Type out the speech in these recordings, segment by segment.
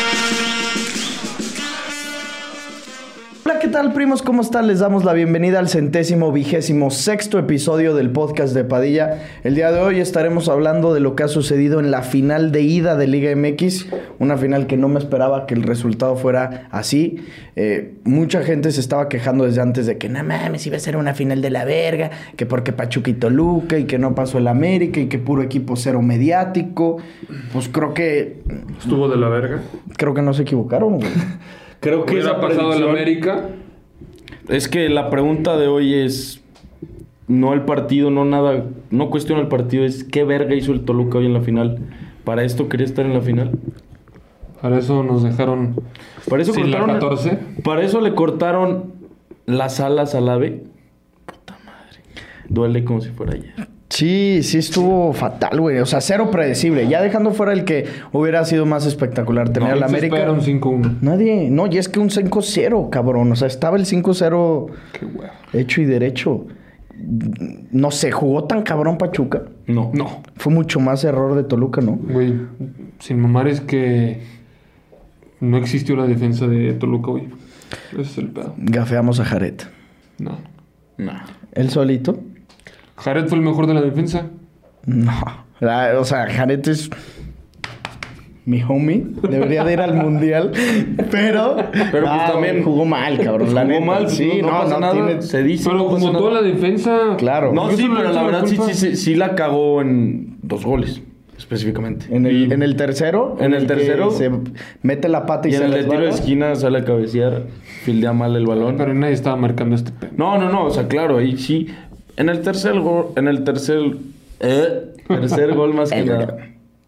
Hola, ¿qué tal, primos? ¿Cómo están? Les damos la bienvenida al centésimo vigésimo sexto episodio del podcast de Padilla. El día de hoy estaremos hablando de lo que ha sucedido en la final de ida de Liga MX, una final que no me esperaba que el resultado fuera así. Eh, mucha gente se estaba quejando desde antes de que no mames, iba a ser una final de la verga, que porque Pachuca y Toluca y que no pasó el América y que puro equipo cero mediático. Pues creo que. ¿Estuvo de la verga? Creo que no se equivocaron, güey. Creo que esa pasado en América. Es que la pregunta de hoy es no el partido, no nada, no cuestiona el partido, es qué verga hizo el Toluca hoy en la final. Para esto quería estar en la final. Para eso nos dejaron para eso cortaron, la 14. Para eso le cortaron las alas al ave. Puta madre. Duele como si fuera ayer. Sí, sí estuvo fatal, güey. O sea, cero predecible. Ya dejando fuera el que hubiera sido más espectacular tener no, al América. un 5-1. Nadie. No, y es que un 5-0, cabrón. O sea, estaba el 5-0 hecho y derecho. No se sé, jugó tan cabrón Pachuca. No. No. Fue mucho más error de Toluca, ¿no? Güey, sin mamar es que no existió la defensa de Toluca hoy. Ese es el pedo. Gafeamos a Jaret. No. No. ¿El solito? Jared fue el mejor de la defensa. No. La, o sea, Jared es mi homie. Debería de ir al mundial. Pero. Pero pues ah, también jugó mal, cabrón. jugó neta. mal, sí. No, no, pasa no nada. Tiene, se dice. Pero como toda nada. la defensa. Claro. No, sí, pero la verdad sí, sí, sí, sí, la cagó en dos goles. Específicamente. En el, y, en el tercero. En el, el tercero. Se mete la pata y, y se en el tiro de esquina sale a cabecear. Fildea mal el balón. Pero nadie estaba marcando este. Pelo. No, no, no. O sea, claro, ahí sí. En el tercer gol, en el tercer, eh, tercer gol más que nada.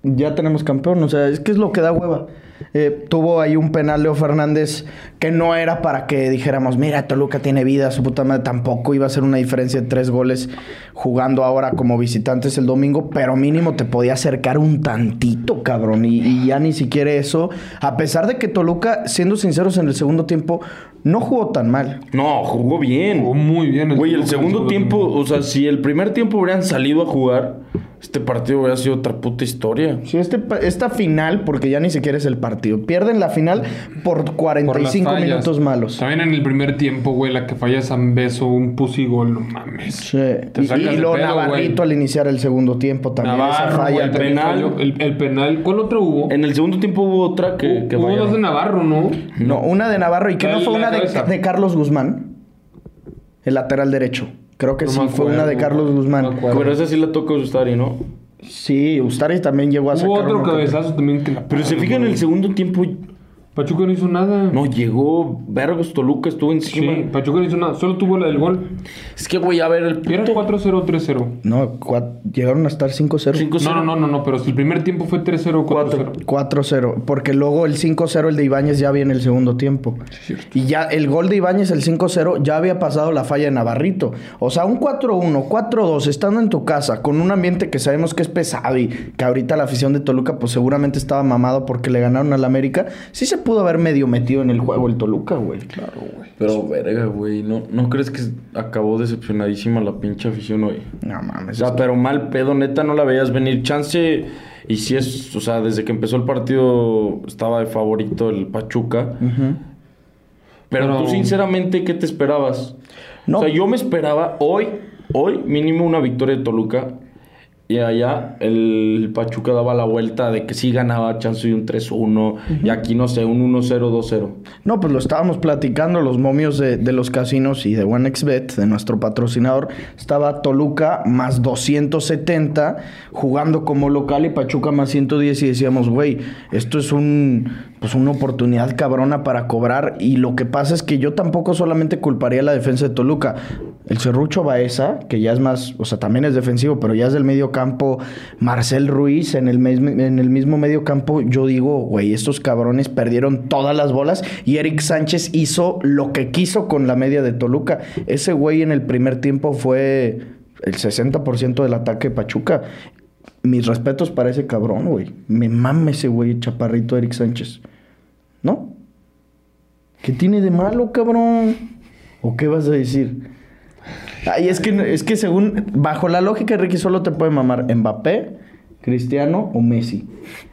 Ya tenemos campeón, o sea, es que es lo que da hueva. Eh, tuvo ahí un penal Leo Fernández que no era para que dijéramos, mira, Toluca tiene vida, su puta madre tampoco iba a ser una diferencia de tres goles jugando ahora como visitantes el domingo, pero mínimo te podía acercar un tantito, cabrón, y, y ya ni siquiera eso, a pesar de que Toluca, siendo sinceros, en el segundo tiempo no jugó tan mal. No, jugó bien. Jugó muy bien. El Güey, el segundo tiempo, o sea, si el primer tiempo hubieran salido a jugar, este partido hubiera sido otra puta historia. Sí, este, esta final, porque ya ni siquiera es el partido. Pierden la final por 45 por minutos malos. También en el primer tiempo, güey, la que falla Zambeso, un pusigol, no mames. Sí. Te sacas y, y lo Navarrito güey. al iniciar el segundo tiempo también. Navarro, esa falla. el penal. El, el, penal. ¿Cuál otro hubo? En el segundo tiempo hubo otra que. que hubo vaya. dos de Navarro, ¿no? No, una de Navarro y que no fue una de, de Carlos Guzmán. El lateral derecho. Creo que no sí, acuerdo, fue una de Carlos Guzmán. No pero esa sí la toca Ustari, ¿no? Sí, Ustari también llegó a sacar... Hubo otro cabezazo que... también que la Pero se fijan, en el segundo tiempo... Pachuca no hizo nada. No, llegó Vergos Toluca, estuvo encima. Sí, Pachuca no hizo nada. Solo tuvo la del gol. Es que, güey, a ver... El Era 4-0 3-0. No, cua... llegaron a estar 5-0. No, no, no, no, pero si el primer tiempo fue 3-0 4-0. 4-0. Porque luego el 5-0, el de Ibáñez, ya había en el segundo tiempo. Sí, y ya el gol de Ibáñez, el 5-0, ya había pasado la falla de Navarrito. O sea, un 4-1, 4-2, estando en tu casa, con un ambiente que sabemos que es pesado y que ahorita la afición de Toluca, pues seguramente estaba mamado porque le ganaron al América. Sí se pudo haber medio metido en el juego el Toluca, güey. Claro, güey. Pero verga, güey. ¿No, ¿No crees que acabó decepcionadísima la pinche afición hoy? No mames. O sea, pero mal pedo, neta, no la veías venir. Chance. Y si es, o sea, desde que empezó el partido estaba de favorito el Pachuca. Uh -huh. pero, pero, tú, sinceramente, ¿qué te esperabas? No. O sea, yo me esperaba hoy, hoy, mínimo una victoria de Toluca. Y allá el Pachuca daba la vuelta de que sí ganaba chance de un 3-1. Y aquí, no sé, un 1-0, 2-0. No, pues lo estábamos platicando, los momios de, de los casinos y de OneXBet, de nuestro patrocinador, estaba Toluca más 270 jugando como local y Pachuca más 110 y decíamos, güey, esto es un, pues una oportunidad cabrona para cobrar y lo que pasa es que yo tampoco solamente culparía la defensa de Toluca. El Cerrucho Baeza, que ya es más, o sea, también es defensivo, pero ya es del medio campo. Marcel Ruiz en el, mes- en el mismo medio campo, yo digo, güey, estos cabrones perdieron todas las bolas y Eric Sánchez hizo lo que quiso con la media de Toluca. Ese güey en el primer tiempo fue el 60% del ataque de Pachuca. Mis respetos para ese cabrón, güey. Me mame ese güey, chaparrito Eric Sánchez. ¿No? ¿Qué tiene de malo, cabrón? ¿O qué vas a decir? Ay, es que, es que según, bajo la lógica, Ricky solo te puede mamar Mbappé, Cristiano o Messi.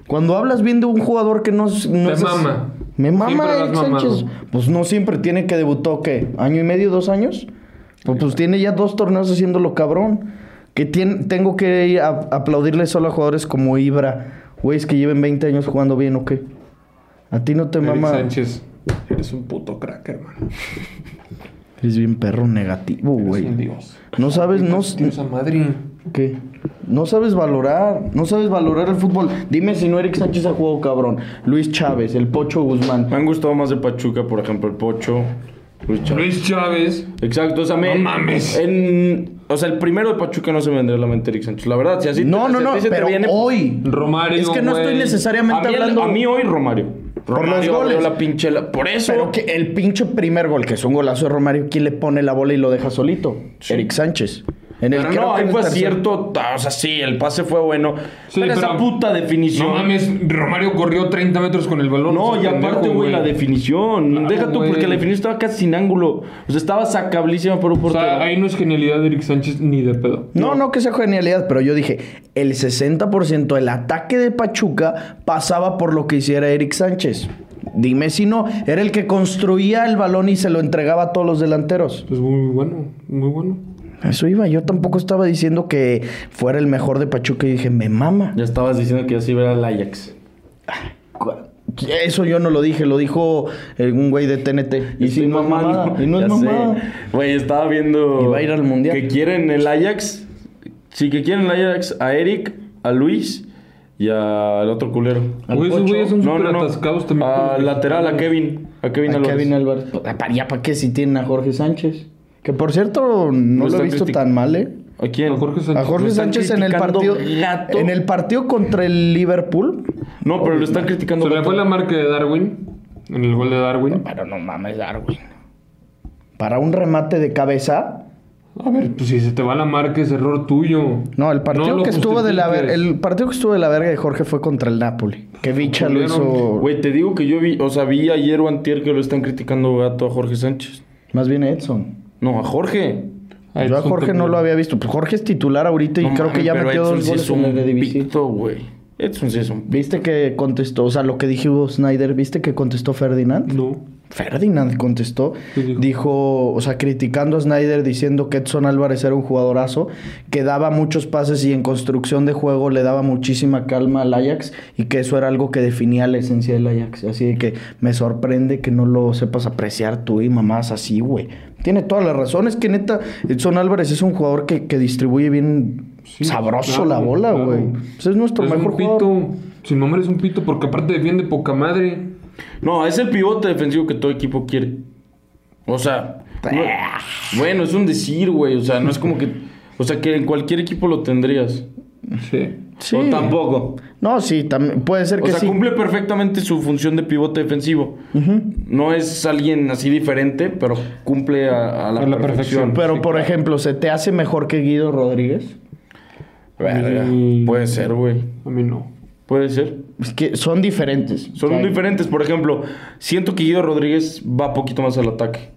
Cuando hablas bien de un jugador que no, es- no Te es... mama. Me Siempre lo mama has Eric mamado. Sánchez. Pues no siempre tiene que debutó, ¿qué? ¿Año y medio, dos años? Pues, pues tiene ya dos torneos haciéndolo cabrón. Que tien- tengo que ir a- aplaudirle solo a jugadores como Ibra, güeyes que lleven 20 años jugando bien o qué. A ti no te Eric mama. Sánchez, eres un puto crack, hermano. Es bien perro negativo, Eres güey. un dios. pues, No sabes, no, Dios a Madrid. ¿Qué? No sabes valorar, no sabes valorar el fútbol. Dime si no Eric Sánchez ha jugado cabrón. Luis Chávez, el Pocho Guzmán. Me han gustado más de Pachuca, por ejemplo, el Pocho. Luis Chávez. Luis Chávez. Exacto, o sea, me, No mames. en- o sea, el primero de Pachuca no se me vendría a la mente Eric Sánchez. La verdad, si así No, te, no, si a no, ti se te pero viene- hoy. Romario. Es que no estoy güey. necesariamente a mí, el- hablando. a mí hoy Romario. Por los Romario goles. abrió La pinche la- por eso. Pero que el pinche primer gol, que es un golazo de Romario, ¿quién le pone la bola y lo deja solito? Eric Sánchez. En Pero creo no, que ahí en el fue tercer- cierto. O sea, sí, el pase fue bueno. Sí, pero, esa pero- puta definición. No mames, Romario corrió 30 metros con el balón. No, seas y pendejo, aparte, güey, la definición. Claro, Deja tú, güey. porque la definición estaba casi sin ángulo. O sea, estaba sacablísima por un O portero. sea, ahí no es genialidad de Eric Sánchez ni de pedo. No, no que sea genialidad, pero yo dije, el 60% del ataque de Pachuca pasaba por lo que hiciera Eric Sánchez. Dime si no, era el que construía el balón y se lo entregaba a todos los delanteros. Pues muy bueno, muy bueno. A Eso iba, yo tampoco estaba diciendo que fuera el mejor de Pachuca y dije, me mama. Ah, Ya estabas diciendo que ya se iba a ir al Ajax. Eso yo no lo dije, lo dijo algún güey de TNT. Y Estoy sin mamada. mamada, Y no es Ya sé. mamada. Güey, estaba viendo. Y va a ir al Mundial. Que quieren el Ajax. Sí, que quieren el Ajax a Eric, a Luis y al otro culero. Al Güey, esos Pocho. güeyes son súper atascados también. con los Al lateral, a mexicanos. Kevin. A Kevin A Álvarez. Kevin Álvarez. Pues, ¿Para ya para qué si tienen a Jorge Sánchez? Que por cierto, no lo he están visto criticando. tan mal, ¿eh? ¿A quién? A Jorge Sánchez. A Jorge están Sánchez en el criticando partido gato. en el partido contra el Liverpool. No, pero lo están criticando. Se le gato. fue la marca de Darwin. En el gol de Darwin. Pero no mames, Darwin. Para un remate de cabeza. A ver, pues si se te va la marca es error tuyo. No, el partido lo que estuvo de la verga, justifiques. el partido que estuvo de la verga de Jorge fue contra el Napoli. Que Vicha lo Culero. hizo Güey, te digo que yo vi, o sea, vi ayer o antier que lo están criticando gato a Jorge Sánchez. más bien Edson. No, a Jorge. Ah, Yo a Edson Jorge no también. lo había visto. Pues Jorge es titular ahorita y No creo que mames, ya pero metió Edson dos sí goles es en un el Eredivisie. pito, güey. Edson sí es un ¿Viste que contestó? O sea, lo que dijo Snyder, ¿viste que contestó Ferdinand? No. Ferdinand contestó, ¿Qué dijo? dijo? o sea, criticando a Snyder diciendo que Edson Álvarez era un jugadorazo, que daba muchos pases y en construcción de juego le daba muchísima calma al Ajax y que eso era algo que definía la esencia del Ajax. Así de que me sorprende que no lo sepas apreciar tú y mamás así, güey. Tiene todas las razones que neta, Edson Álvarez es un jugador que, que distribuye bien Sí, sabroso claro, la bola, claro. güey. Pues es nuestro Es un mejor jugador. pito. Sin nombre es un pito porque aparte defiende poca madre. No, es el pivote defensivo que todo equipo quiere. O sea, no- bueno, es un decir, güey. O sea, no es como que. O sea, que en cualquier equipo lo tendrías. Sí. Sí. O tampoco. No, sí, también puede ser O que sea, sí. cumple perfectamente su función de pivote defensivo. No es alguien así diferente, pero cumple a, a la, A la perfección. perfección. Pero, por ejemplo, ¿se te hace mejor que Guido Rodríguez? Verga. Mm. Puede ser, güey. A mí no. Puede ser. Es que son diferentes. Son O sea, diferentes. Por ejemplo, siento que Guido Rodríguez va poquito más al ataque.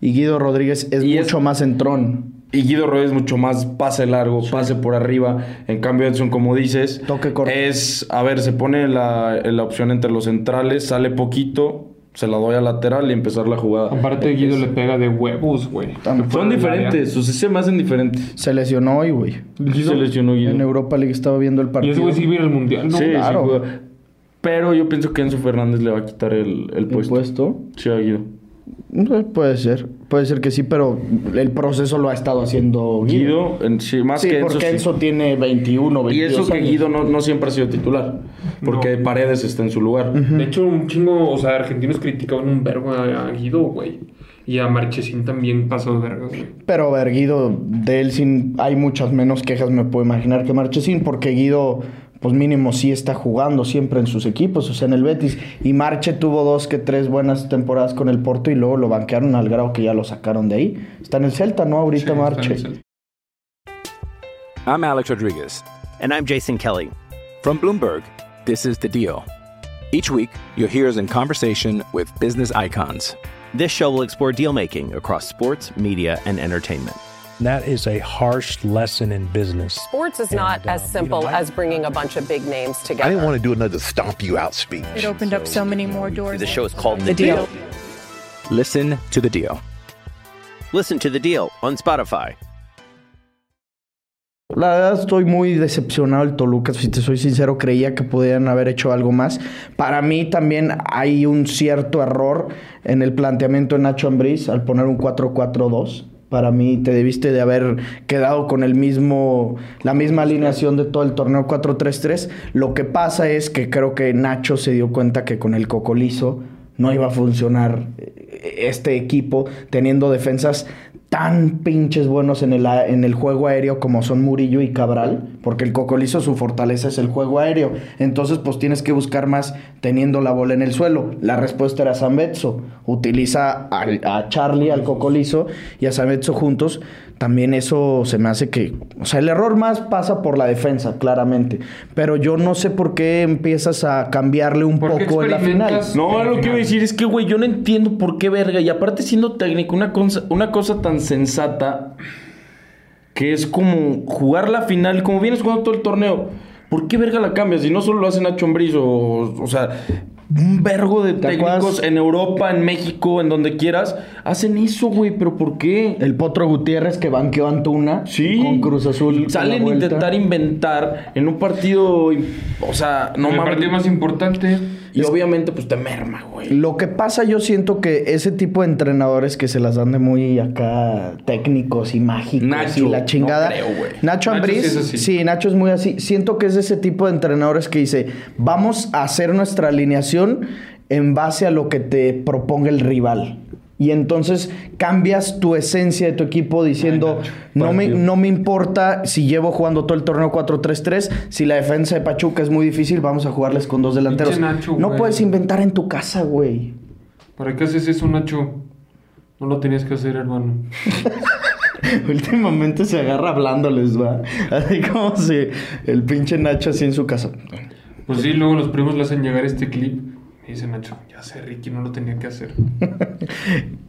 Y Guido Rodríguez es Y es- mucho más entrón. Y Guido Rodríguez mucho más pase largo, pase por arriba. En cambio, Edson, como dices, Toque corto. es, a ver, se pone la, la opción entre los centrales, sale poquito se la doy al lateral y empezar la jugada. Aparte, Guido le pega de huevos, güey. También. Que fuera Son del área. diferentes, o sea, se me hacen diferentes. Se lesionó hoy, güey. ¿eh? Guido- Se lesionó Guido. En Europa League estaba viendo el Y partido. ese güey sí viene al mundial, ¿no? Sí, sí claro. juega. Pero yo pienso que Enzo Fernández le va a quitar el, el ¿El puesto. puesto? Sí, a Guido. Eh, Puede ser, puede ser que sí, pero el proceso lo ha estado haciendo Guido. Guido, en- sí, más sí, que Enzo. porque sí. Enzo tiene 21, Y 22 eso que años. Guido no, no siempre ha sido titular. Porque No. Paredes está en su lugar. De hecho, un chingo, o sea, argentinos criticaban un vergo a, a Guido, güey. Y a Marchesín también pasó de verga, güey. Pero a ver, Guido, de él sin, hay muchas menos quejas, me puedo imaginar, que Marchesín, porque Guido, pues mínimo, sí está jugando siempre en sus equipos, o sea, en el Betis. Y Marche tuvo dos que tres buenas temporadas con el Porto y luego lo banquearon al grado que ya lo sacaron de ahí. Está en el Celta, ¿no? Sí, está Ahorita en Marche. el Celta. I'm Alex Rodriguez. And I'm Jason Kelly. From Bloomberg, this is The Deal. Each week, you'll hear us in conversation with business icons. This show will explore deal making across sports, media, and entertainment. That is a harsh lesson in business. Sports is uh, not as simple as bringing a bunch of big names together. I didn't want to do another stomp you out speech. It opened up so many more doors. The show is called The, The deal. Deal. Listen to The Deal. Listen to The Deal on Spotify. La verdad estoy muy decepcionado del Toluca, si te soy sincero, creía que podían haber hecho algo más. Para mí también hay un cierto error en el planteamiento de Nacho Ambriz al poner un 4-4-2. Para mí te debiste de haber quedado con el mismo la misma alineación de todo el torneo 4-3-3. Lo que pasa es que creo que Nacho se dio cuenta que con el cocolizo no iba a funcionar eh, este equipo teniendo defensas tan pinches buenos en el, a- en el juego aéreo como son Murillo y Cabral, porque el Cocolizo su fortaleza es el juego aéreo. Entonces, pues tienes que buscar más teniendo la bola en el suelo. La respuesta era Zambetso. Utiliza al- a Charlie, al Cocolizo y a Zambetso juntos. También eso se me hace que. O sea, el error más pasa por la defensa, claramente. Pero yo no sé por qué empiezas a cambiarle un ¿Por qué poco en la final. experimentas? No, lo que iba a decir es que, güey, yo no entiendo por qué verga. Y aparte, siendo técnico, una cosa, una cosa tan sensata que es como jugar la final, como vienes jugando todo el torneo. ¿Por qué verga la cambias? Y no solo lo hacen Nacho Ambriz, o, o sea, un vergo de ¿Te técnicos acuerdas? en Europa, en México, en donde quieras. Hacen eso, güey, pero ¿por qué? El Potro Gutiérrez que banqueó a Antuna Sí. con Cruz Azul. Salen la a vuelta. intentar inventar en un partido. O sea, no el mames. partido más importante. Y obviamente, pues te merma, güey. Lo que pasa, yo siento que ese tipo de entrenadores que se las dan de muy acá técnicos y mágicos Nacho, y la chingada. no creo, güey. Nacho Nacho Ambriz, sí es así. sí, Nacho es muy así. Siento que es de ese tipo de entrenadores que dice, vamos a hacer nuestra alineación en base a lo que te proponga el rival. Y entonces cambias tu esencia de tu equipo diciendo, no, me, no me importa si llevo jugando todo el torneo 4-3-3, si la defensa de Pachuca es muy difícil, vamos a jugarles con dos delanteros. Pinche Nacho, no güey. puedes inventar en tu casa, güey. ¿Para qué haces eso, Nacho? No lo tenías que hacer, hermano. Últimamente se agarra hablándoles, va. Así como si el pinche Nacho así en su casa. Pues sí, luego los primos le hacen llegar este clip. Y dice Nacho, ya sé, Ricky, no lo tenía que hacer.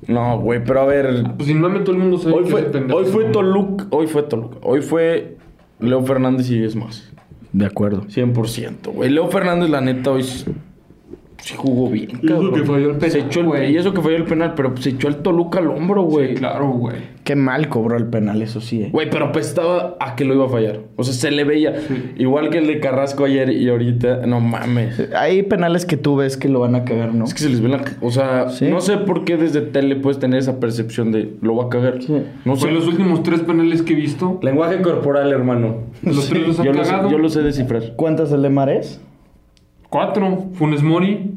No, güey, pero a ver. Pues sin mame, todo el mundo sabe Hoy que fue, ese pendejo hoy fue no- Toluca. Hoy fue Toluca. Hoy fue Leo Fernández y es más. De acuerdo. 100%, güey. Leo Fernández, la neta, hoy sí sí jugó bien. Y eso cabrón. que falló el Se penal, echó el- güey. y eso que falló el penal, pero pues se echó el Toluca al hombro, güey. Sí, claro, güey. Qué mal cobró el penal, eso sí, eh. Güey, pero apestaba a que lo iba a fallar. O sea, se le veía. Igual que el de Carrasco ayer y ahorita. No mames. Hay penales que tú ves que lo van a cagar, ¿no? Es que se les ve la. O sea, Sí. no sé por qué desde tele puedes tener esa percepción de lo va a cagar. Sí. No sé. Fue Pues los últimos tres paneles que he visto. Lenguaje corporal, hermano. Los tres los han yo, lo sé, cagado. yo lo sé descifrar. ¿Cuántas el de Marés? Cuatro. Funes Mori.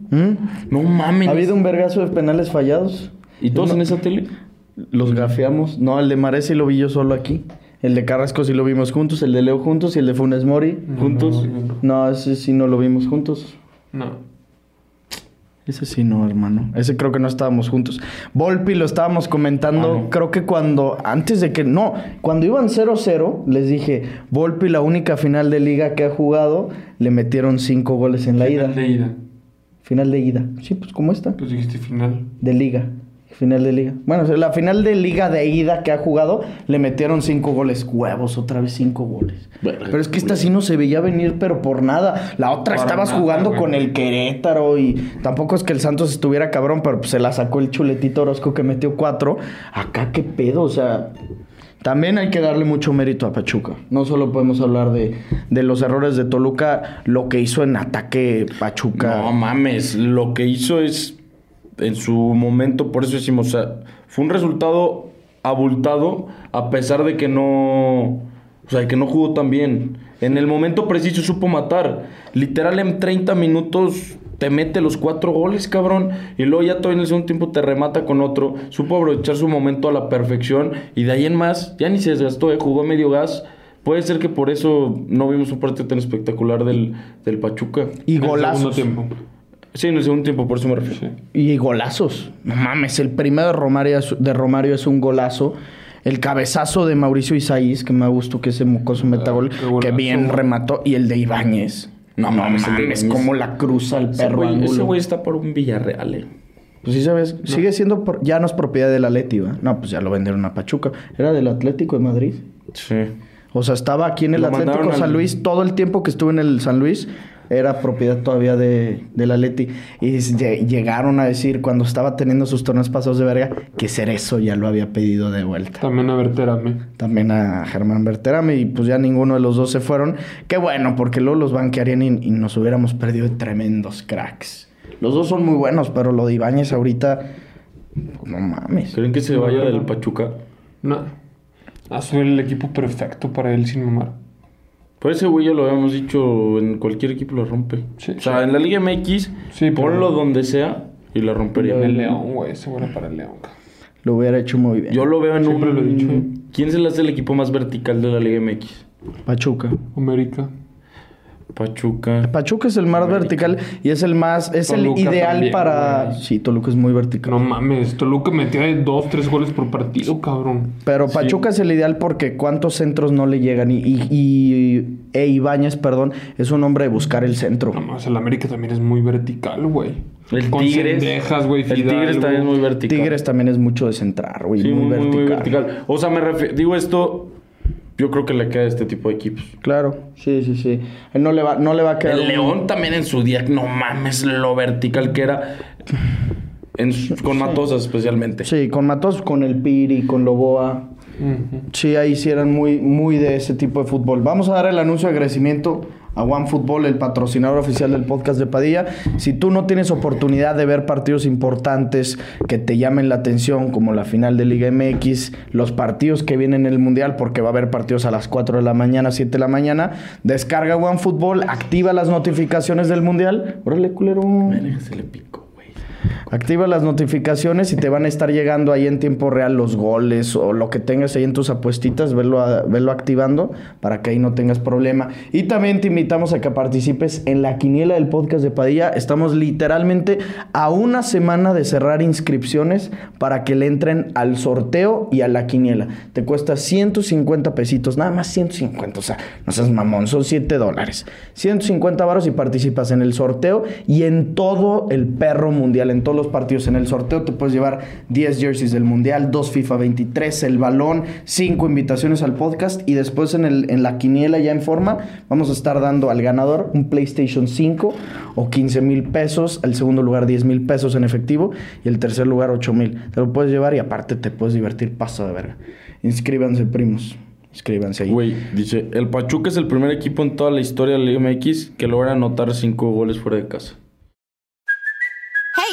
No mames. ¿Mm? ¿Ha habido un vergazo de penales fallados? ¿Y todos en esa tele? Los gafeamos. No, el de Marés sí lo vi yo solo aquí. El de Carrasco sí lo vimos juntos, el de Leo juntos y el de Funes Mori juntos. no, no. No, ese sí no lo vimos juntos. No. Ese sí no, hermano. Ese creo que no estábamos juntos. Volpi lo estábamos comentando, creo que cuando, antes de que, no, cuando iban 0-0, les dije, Volpi la única final de liga que ha jugado, le metieron 5 goles en la ida. Final de ida. Final de ida. Sí, pues como esta, Pues dijiste final. de liga. Final de liga. Bueno, o sea, la final de liga de ida que ha jugado, le metieron cinco goles. Huevos, otra vez cinco goles. Verga, pero es que esta sí no se veía venir, pero por nada. La otra Por estabas nada, jugando güey. con el Querétaro y tampoco es que el Santos estuviera cabrón, pero pues, se la sacó el chuletito Orozco que metió cuatro. Acá qué pedo, o sea. También hay que darle mucho mérito a Pachuca. No solo podemos hablar de, de los errores de Toluca, lo que hizo en ataque Pachuca. No mames, lo que hizo es, en su momento, por eso decimos, o sea, fue un resultado abultado a pesar de que no, o sea, de que no jugó tan bien. En el momento preciso supo matar. Literal en 30 minutos te mete los cuatro goles, cabrón. Y luego ya todavía en el segundo tiempo te remata con otro. Supo aprovechar su momento a la perfección. Y de ahí en más, ya ni se desgastó, eh, jugó a medio gas. Puede ser que por eso no vimos un partido tan espectacular del, del Pachuca. y En el segundo golazos. tiempo. Sí, en el segundo tiempo, por eso me refiero. Sí. Y golazos. No mames, el primero de Romario es, de Romario es un golazo. El cabezazo de Mauricio Isaís, que me gustó que ese mocoso metagol, Ah, qué golazo, que bien güey. remató. Y el de Ibáñez. No, mames, el de mames, Ibáñez. como la cruza el Ese perro. güey, ese ángulo. güey está por un Villarreal, eh. Pues sí, sabes, sigue siendo, por- ya no es propiedad del Atleti, ¿va? No, pues ya lo vendieron a Pachuca. Era del Atlético de Madrid. Sí. O sea, estaba aquí en el Lo Atlético mandaron al- San Luis. Todo el tiempo que estuve en el San Luis era propiedad todavía de, del Atleti. Y lle- llegaron a decir, cuando estaba teniendo sus torneos pasados de verga, que Cerezo ya lo había pedido de vuelta. También a Verterame. También a Germán Berterame. Y pues ya ninguno de los dos se fueron. Qué bueno, porque luego los banquearían y, y nos hubiéramos perdido tremendos cracks. Los dos son muy buenos, pero lo de Ibáñez ahorita... pues, No mames. ¿Creen que se vaya del Pachuca? No. Azul el equipo perfecto para él sin mamar. Por ese güey ya lo habíamos dicho, en cualquier equipo lo rompe. Sí. o sea, en la Liga MX, Sí, pero- ponlo donde sea y la rompería. En el León, güey. Ese güey era para el León. cabrón. Lo hubiera hecho muy bien. Yo lo veo en Siempre un... lo he dicho, eh. ¿Quién se le hace el equipo más vertical de la Liga MX? Pachuca. América. Pachuca. Pachuca es el más vertical y es el más, es Toluca el ideal también, para. güey. Sí, Toluca es muy vertical. No mames. Toluca metía de dos, tres goles por partido, cabrón. Pero Pachuca es el ideal porque cuántos centros no le llegan y, y, y- e Ibáñez, perdón, es un hombre de buscar el centro. No mames. El América también es muy vertical, güey. El Con Tigres. Cendejas, güey. el Tigres Fidalgo. también es muy vertical. Tigres también es mucho de centrar, güey, Sí, muy, muy, muy, vertical. muy vertical. O sea, me refiero... Digo esto, yo creo que le queda a este tipo de equipos. Claro, sí, sí, sí. Él no le va, no le va a quedar. El un- León también en su día, no mames, lo vertical que era. En su- con Matosas especialmente. Sí, con Matos, con el Piri, con Loboa. Sí, ahí sí eran muy, muy de ese tipo de fútbol. Vamos a dar el anuncio de agradecimiento a OneFootball, el patrocinador oficial del podcast de Padilla. Si tú no tienes oportunidad de ver partidos importantes que te llamen la atención, como la final de Liga MX, los partidos que vienen en el Mundial, porque va a haber partidos a las 4 de la mañana, 7 de la mañana, descarga OneFootball, activa las notificaciones del Mundial. Órale, culero. Verga, Se le picó, güey. Activa las notificaciones y te van a estar llegando ahí en tiempo real los goles o lo que tengas ahí en tus apuestitas, velo, a- velo activando para que ahí no tengas problema. Y también te invitamos a que participes en la quiniela del podcast de Padilla. Estamos literalmente a una semana de cerrar inscripciones para que le entren al sorteo y a la quiniela. Te cuesta 150 pesitos, nada más 150, o sea, no seas mamón, son 7 dólares. 150 varos y participas en el sorteo y en todo el perro mundial, en todos los partidos. En el sorteo te puedes llevar 10 jerseys del mundial, 2 FIFA 23, el balón, 5 invitaciones al podcast y después en, el, en la quiniela ya en forma vamos a estar dando al ganador un PlayStation 5 o 15 mil pesos, el segundo lugar 10 mil pesos en efectivo y el tercer lugar 8 mil. Te lo puedes llevar y aparte te puedes divertir paso de verga. Inscríbanse primos, inscríbanse ahí. Güey, dice, el Pachuca es el primer equipo en toda la historia de la Liga MX que logra anotar cinco goles fuera de casa. Hey,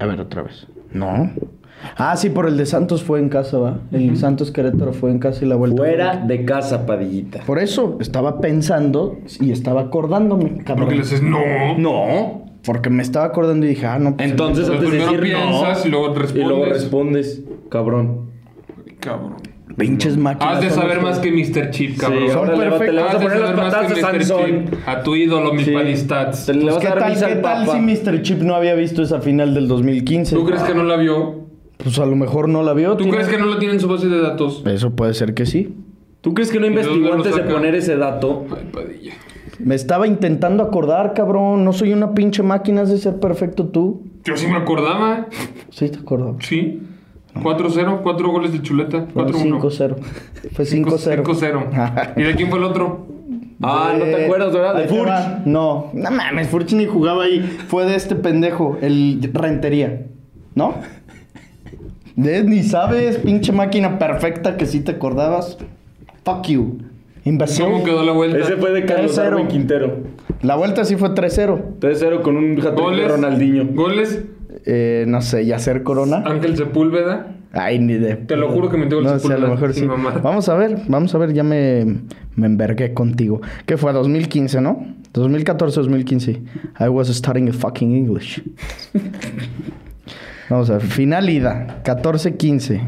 A ver, otra vez. No. Ah, sí, por el de Santos fue en casa, ¿va? El Santos Querétaro fue en casa y la vuelta. de casa, Padillita. Por eso estaba pensando y estaba acordándome, cabrón. Porque le dices, no. No. Porque me estaba acordando y dije, ah, no. pues, Entonces, Pero antes de primero decir piensas no, y luego Y luego respondes. respondes, cabrón. Cabrón. Pinches máquinas. Has de son saber los más que Mr. Chip, cabrón. Sí, Son ahora le va- te le vas a Has de poner las saber más patadas que a Mr. Sansón. Chip. A tu ídolo, mi Pues, Sí. padistats. Te le vas Pues, ¿Qué a dar tal, visa qué al tal si papa. Mr. Chip no había visto esa final del 2015? ¿Tú crees que no la vio? Pues a lo mejor no la vio. ¿Tú tiene- crees que no la tiene en su base de datos? Eso puede ser que sí. ¿Tú crees que no dónde investigó lo antes de saca? poner ese dato? Ay, Padilla. Me estaba intentando acordar, cabrón. No soy una pinche máquina has de ser perfecto tú. Yo sí me acordaba. Sí, te acordabas. Sí. 4-0, 4 goles de chuleta. Fue 4-1. 5-0. Fue 5-0. 5-0. ¿Y de quién fue el otro? Ah, no te acuerdas, ¿verdad? De Ahí te va. Furch. No, no mames, Furch ni jugaba ahí. Fue de este pendejo, el Rentería. ¿No? De, ni sabes, pinche máquina perfecta que sí te acordabas. Fuck you. Imbécil. ¿Cómo quedó la vuelta? Ese fue de Carlos 3-0. Darwin Quintero. La vuelta sí fue 3-0. 3-0 con un hat-trick de Goles. Ronaldinho. Goles. Eh, no sé, Yacer Ah, Corona. Ángel Sepúlveda. Ay, ni de. Te lo juro que me tengo el no, sí, a lo Sepúlveda, mejor sin sí. mamar. Vamos a ver, vamos a ver, ya me, me envergué contigo. ¿Qué fue? 2015, ¿no? 2014, 2015. I was studying fucking English. vamos a ver, final ida, 14-15.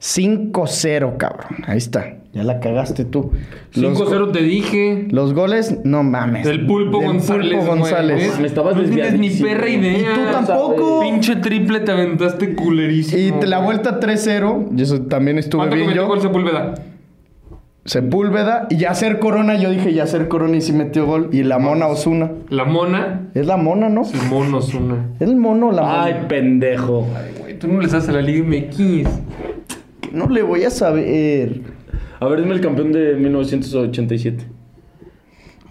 5-0, cabrón. Ahí está. Ya la cagaste tú. Los, 5-0 te dije. los goles, no mames. Del Pulpo Del González. Pulpo güey. González. Me estabas No tienes ni desviadísimo. perra idea. Y tú tampoco. Pinche triple te aventaste Y culerísimo. te la güey. vuelta 3-0. Y eso también estuve ¿Cuánto bien cometió yo. gol Sepúlveda? Sepúlveda y Yacer Corona. Yo dije Yacer Corona y sí metió gol. Y la mona Osuna. La mona. Es la mona, ¿no? El mono Osuna. Es el mono o la mona. Ay, pendejo. Güey, tú no les haces a la Liga MX. no le voy a saber. A ver, dime el campeón de 1987.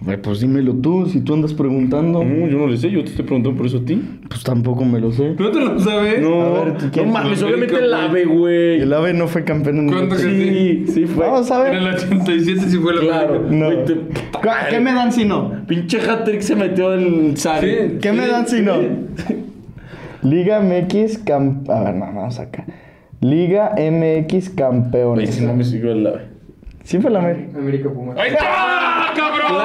Güey, pues dímelo tú, si tú andas preguntando. No, yo no le sé, yo te estoy preguntando por eso a ti. Pues tampoco me lo sé. ¿No te lo sabes? A ver, ¿tú no quieres? mames, América, obviamente güey. el AVE, güey. El ave no fue campeón en ¿Cuánto el- que Sí, sí fue. Vamos a En el ver. 87 sí fue la Claro. América. No. Güey, te- ¿Qué me dan si no? Pinche hat-trick se metió el Sari. Sí. ¿Qué me dan si no? Liga MX camp... A ver, no, vamos acá. Liga Güey, MX campeones. si no me siguió el AVE. Sí fue la América. ¡Ahí está, cabrón!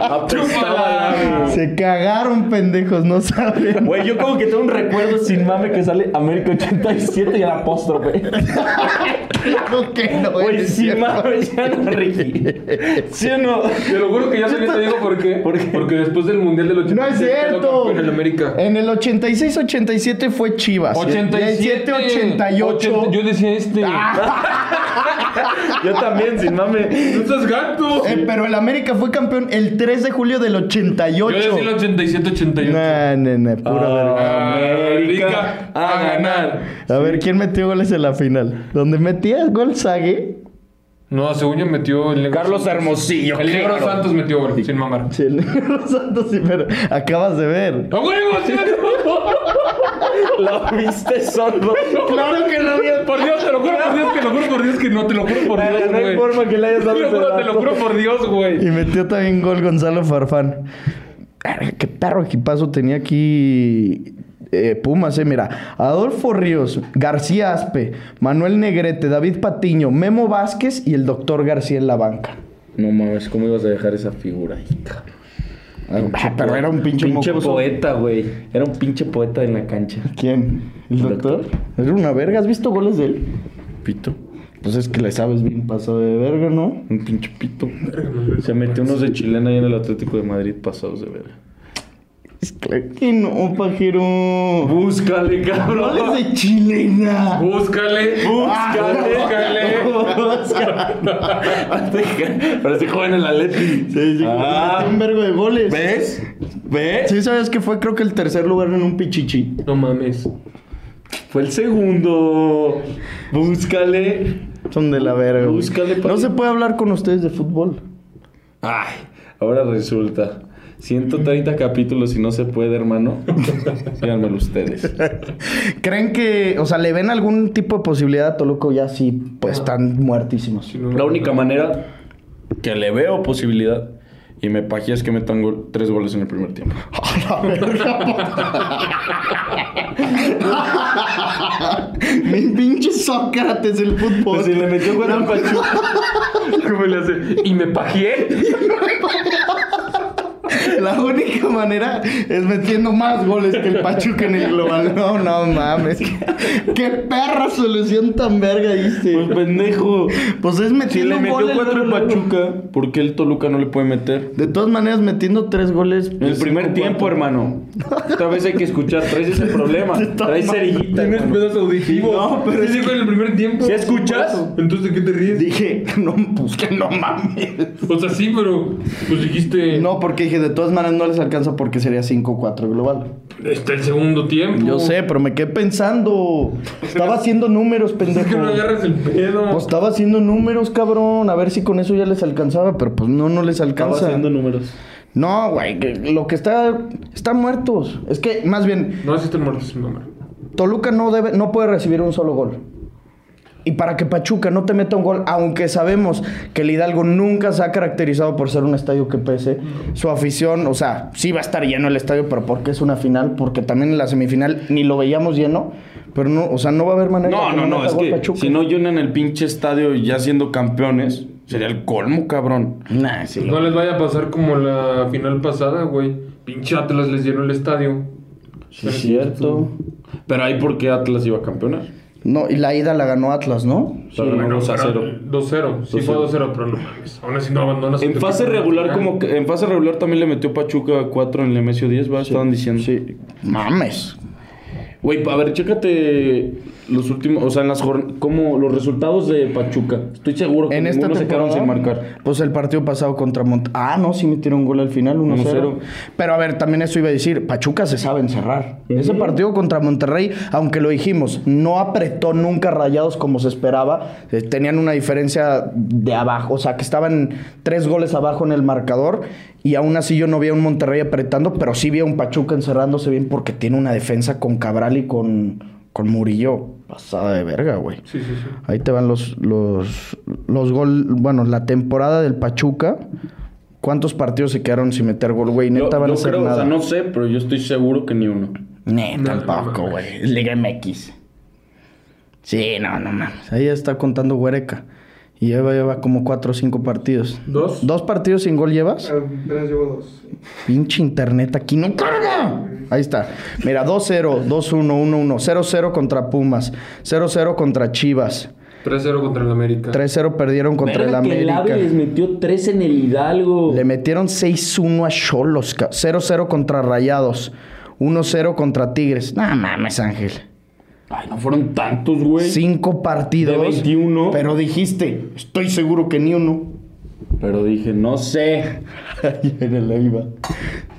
Apestaba ¡Chúpala! el AVE. Se cagaron pendejos, no saben. Güey, yo como que tengo un recuerdo sin mame que sale América 87 y el apóstrofe. Claro que no. Güey, es sin cierto. mame, ya no, Ricky. ¿Sí o no? Te lo juro que ya sé que te digo por qué. ¿Por qué? Porque después del Mundial del 87 No es quedó cierto. campeón el América. En el 86-87 fue Chivas. 87, 88. Ochenta- Yo decía este. Ah. Yo también, sin mame. ¡No estás gato! Eh, pero el América fue campeón el 3 de julio del Yo 88. decía Ah, el 87, 88. Nah, nah, nah, pura verga. América a ganar. A ver, ¿quién metió goles en la final? ¿Dónde metía gol Sague? No, según yo metió el negro Carlos Santos. Hermosillo. El negro Santos metió gol, sin mamar. Sí, el negro Santos, sí, pero acabas de ver. ¡A huevo, sí! ¿Lo viste solo? Claro que no había. Por Dios, te lo juro por Dios, que lo juro por Dios que no, te lo juro por Dios, No hay güey. forma que le hayas dado Te lo ese juro, te dato. lo juro por Dios, Y güey. metió también gol Gonzalo Farfán. Verga, Qué perro equipazo tenía aquí eh, Pumas, eh. Mira, Adolfo Ríos, García Aspe, Manuel Negrete, David Patiño, Memo Vázquez y el doctor García en la banca. No mames, ¿cómo ibas a dejar esa figura ahí, cabrón? Ah, pero era un pinche, mocoso. poeta, güey. Era un pinche poeta en la cancha. ¿Quién? ¿El doctor? doctor. Era una verga. ¿Has visto goles de él? Pito. Pues es que le sabes bien pasado de verga, ¿no? Un pinche pito. Se metió unos de chilena ahí en el Atlético de Madrid pasados de verga. Es claro que no, pajero. Búscale, cabrón. Goles de chilena. Búscale, Ah, búscale, Parece joven en la Atleti. Sí, sí. Metió Un vergo de goles. ¿Ves? ¿Ves? Sí, sabes que fue creo que el tercer lugar en un pichichi. No mames. Fue el segundo. Búscale. Son de la verga. güey. Búscale, papi. no se puede hablar con ustedes de fútbol. Ay, ahora resulta. 130 capítulos y no se puede, hermano. Díganmelo ustedes. ¿Creen que, o sea, le ven algún tipo de posibilidad a Toluco ya si pues están muertísimos? Ah. La única manera que le veo posibilidad y me pajía es que metan gol- tres goles en el primer tiempo. Mi pinche Sócrates el fútbol. Pues si le metió gol al Pachuca. ¿Cómo le hace? Y me pajeé. La única manera es metiendo más goles que el Pachuca en el global. No, no mames. Qué perra solución tan verga diste. Pues pendejo. Pues es Si metiendo le un metió gol cuatro el el Pachuca, ¿por qué el Toluca no le puede meter? De todas maneras, metiendo tres goles. pues, En el primer tiempo, hermano. Otra vez hay que escuchar. Traes ese problema. Traes cerillita. Tienes hermano. pedos auditivos. No, pero. Sí, dijo en el primer tiempo. ¿Sí escuchas? Entonces, ¿de qué te ríes? Dije, no, pues que no mames. O sea, sí, pero. Pues dijiste. No, porque dije, de todas maneras no les alcanza porque sería 5-4 global. Está el segundo tiempo. Yo sé, pero me quedé pensando. Estaba haciendo números, Es que no pendejo. agarras el pedo. Pues estaba haciendo números, cabrón. A ver si con eso ya les alcanzaba, pero pues no, no les alcanza. números. No, güey, que- lo que está. Están muertos. Es que, más bien, No, así están muertos, mi mamá. Toluca no, debe, no puede recibir un solo gol. Y para que Pachuca no te meta un gol, aunque sabemos que el Hidalgo nunca se ha caracterizado por ser un estadio que pese, su afición, o sea, sí va a estar lleno el estadio, pero porque es una final, porque también en la semifinal ni lo veíamos lleno, pero no, o sea, no va a haber manera No, de no, no. meta Es gol que Pachuca. si no llenan el pinche estadio ya siendo campeones, sería el colmo, cabrón. Nah, sí, Pues No lo- les vaya a pasar como la final pasada, güey. Pinche Atlas les llenó el estadio. Sí, es cierto. Pero ahí porque Atlas iba a campeonar. no, y la ida la ganó Atlas, ¿no? Sí, no, 2 a 0. 2-0. Sí, fue 2-0, pero no mames. Aún así no abandonas. a En tu fase equipo regular, final. como que- en fase regular también le metió Pachuca 4 en el Nemesio 10, ¿va? Estaban diciendo. Sí. Mames. Güey, a ver, chécate los últimos, o sea, en las jorn- como los resultados de Pachuca. Estoy seguro que En esta ninguno se temporada, quedaron sin marcar. Pues el partido pasado contra Mont... Ah, no, sí metieron gol al final, 1-0. 1-0. Pero a ver, también eso iba a decir, Pachuca se sabe encerrar. Ese partido contra Monterrey, aunque lo dijimos, no apretó nunca Rayados como se esperaba. Eh, Tenían una diferencia de abajo, o sea, que estaban tres goles abajo en el marcador y aún así yo no vi a un Monterrey apretando, pero sí vi a un Pachuca encerrándose bien porque tiene una defensa con Cabral y con con Murillo. Pasada de verga, güey. Sí, sí, sí. Ahí te van los, los, los gol. Bueno, la temporada del Pachuca. ¿Cuántos partidos se quedaron sin meter gol, güey? Yo, Neta van a yo hacer creo, o nada. sea, no sé, pero yo estoy seguro que ni uno. Nah, No, tampoco, no mames. güey. Es Liga MX. Sí, no, no mames. Ahí está contando Huereca. Y lleva, lleva como cuatro o cinco partidos. ¿Dos? ¿Dos partidos sin gol llevas? Ah, Apenas llevo dos. Pinche internet aquí no carga. Ahí está. Mira, 2-0, 2-1, 1-1, 0-0 contra Pumas, 0-0 contra Chivas, 3-0 contra el América. 3-0 perdieron contra el América. metió 3 en el Hidalgo. Le metieron 6-1 a Cholos, 0-0 contra Rayados, 1-0 contra Tigres. No mames, Ángel. Ay, no fueron tantos, güey. Cinco partidos. De 21. Pero dijiste, estoy seguro que ni uno. Pero dije, no sé. En el Leiva.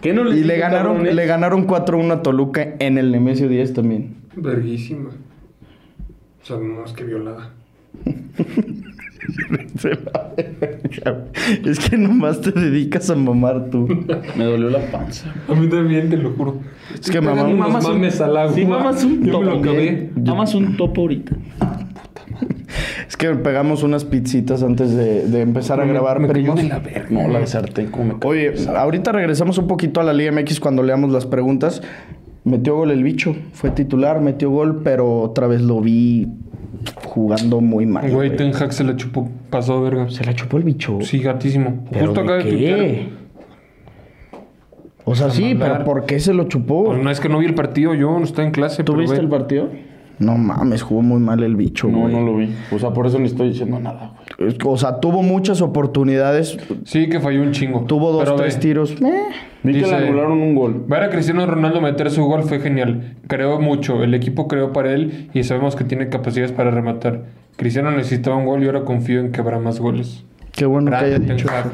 ¿Qué no les eh? Y le dije, ganaron, cabrones? le ganaron 4-1 a Toluca en el Nemesio 10 también. Verguísima. O sea, no, es que violada. Se va de verga. Es que nomás te dedicas a mamar tú. Me dolió la panza. A mí también, te lo juro. Es que mamá- Unos mamas un- mames al agua. Sí, mamas un Yo topo. me lo acabé. Mamas un topo ahorita. Es que pegamos unas pizzitas antes de, de empezar a grabar, me cayó primos. de la verga. No, la sartén como me Oye, ahorita regresamos un poquito a la Liga MX cuando leamos las preguntas. Metió gol el bicho, fue titular, metió gol, pero otra vez lo vi jugando muy mal. Güey, güey. Ten Hag se la chupó. Pasó de verga. Se la chupó el bicho. Sí, gatísimo. ¿Pero Justo de acá de qué? tuitear. O sea, sí, mandar. pero ¿por qué se lo chupó? Pues no es que no vi el partido yo, no estaba en clase. ¿Tú pero, viste güey, Uh. el partido? No mames, jugó muy mal el bicho, No, güey. no lo vi. O sea, por eso ni estoy diciendo nada, güey. Es- O sea, tuvo muchas oportunidades, Sí, que falló un chingo. tuvo dos, Pero, tres ve, tiros. Eh. Vi que Dice- le anularon un gol. Ver a Cristiano Ronaldo meter su gol fue genial. Creó mucho, el equipo creó para él y sabemos que tiene capacidades para rematar. Cristiano necesitaba un gol y ahora confío en que habrá más goles. Qué bueno que haya Grande, Ten dicho. Hag.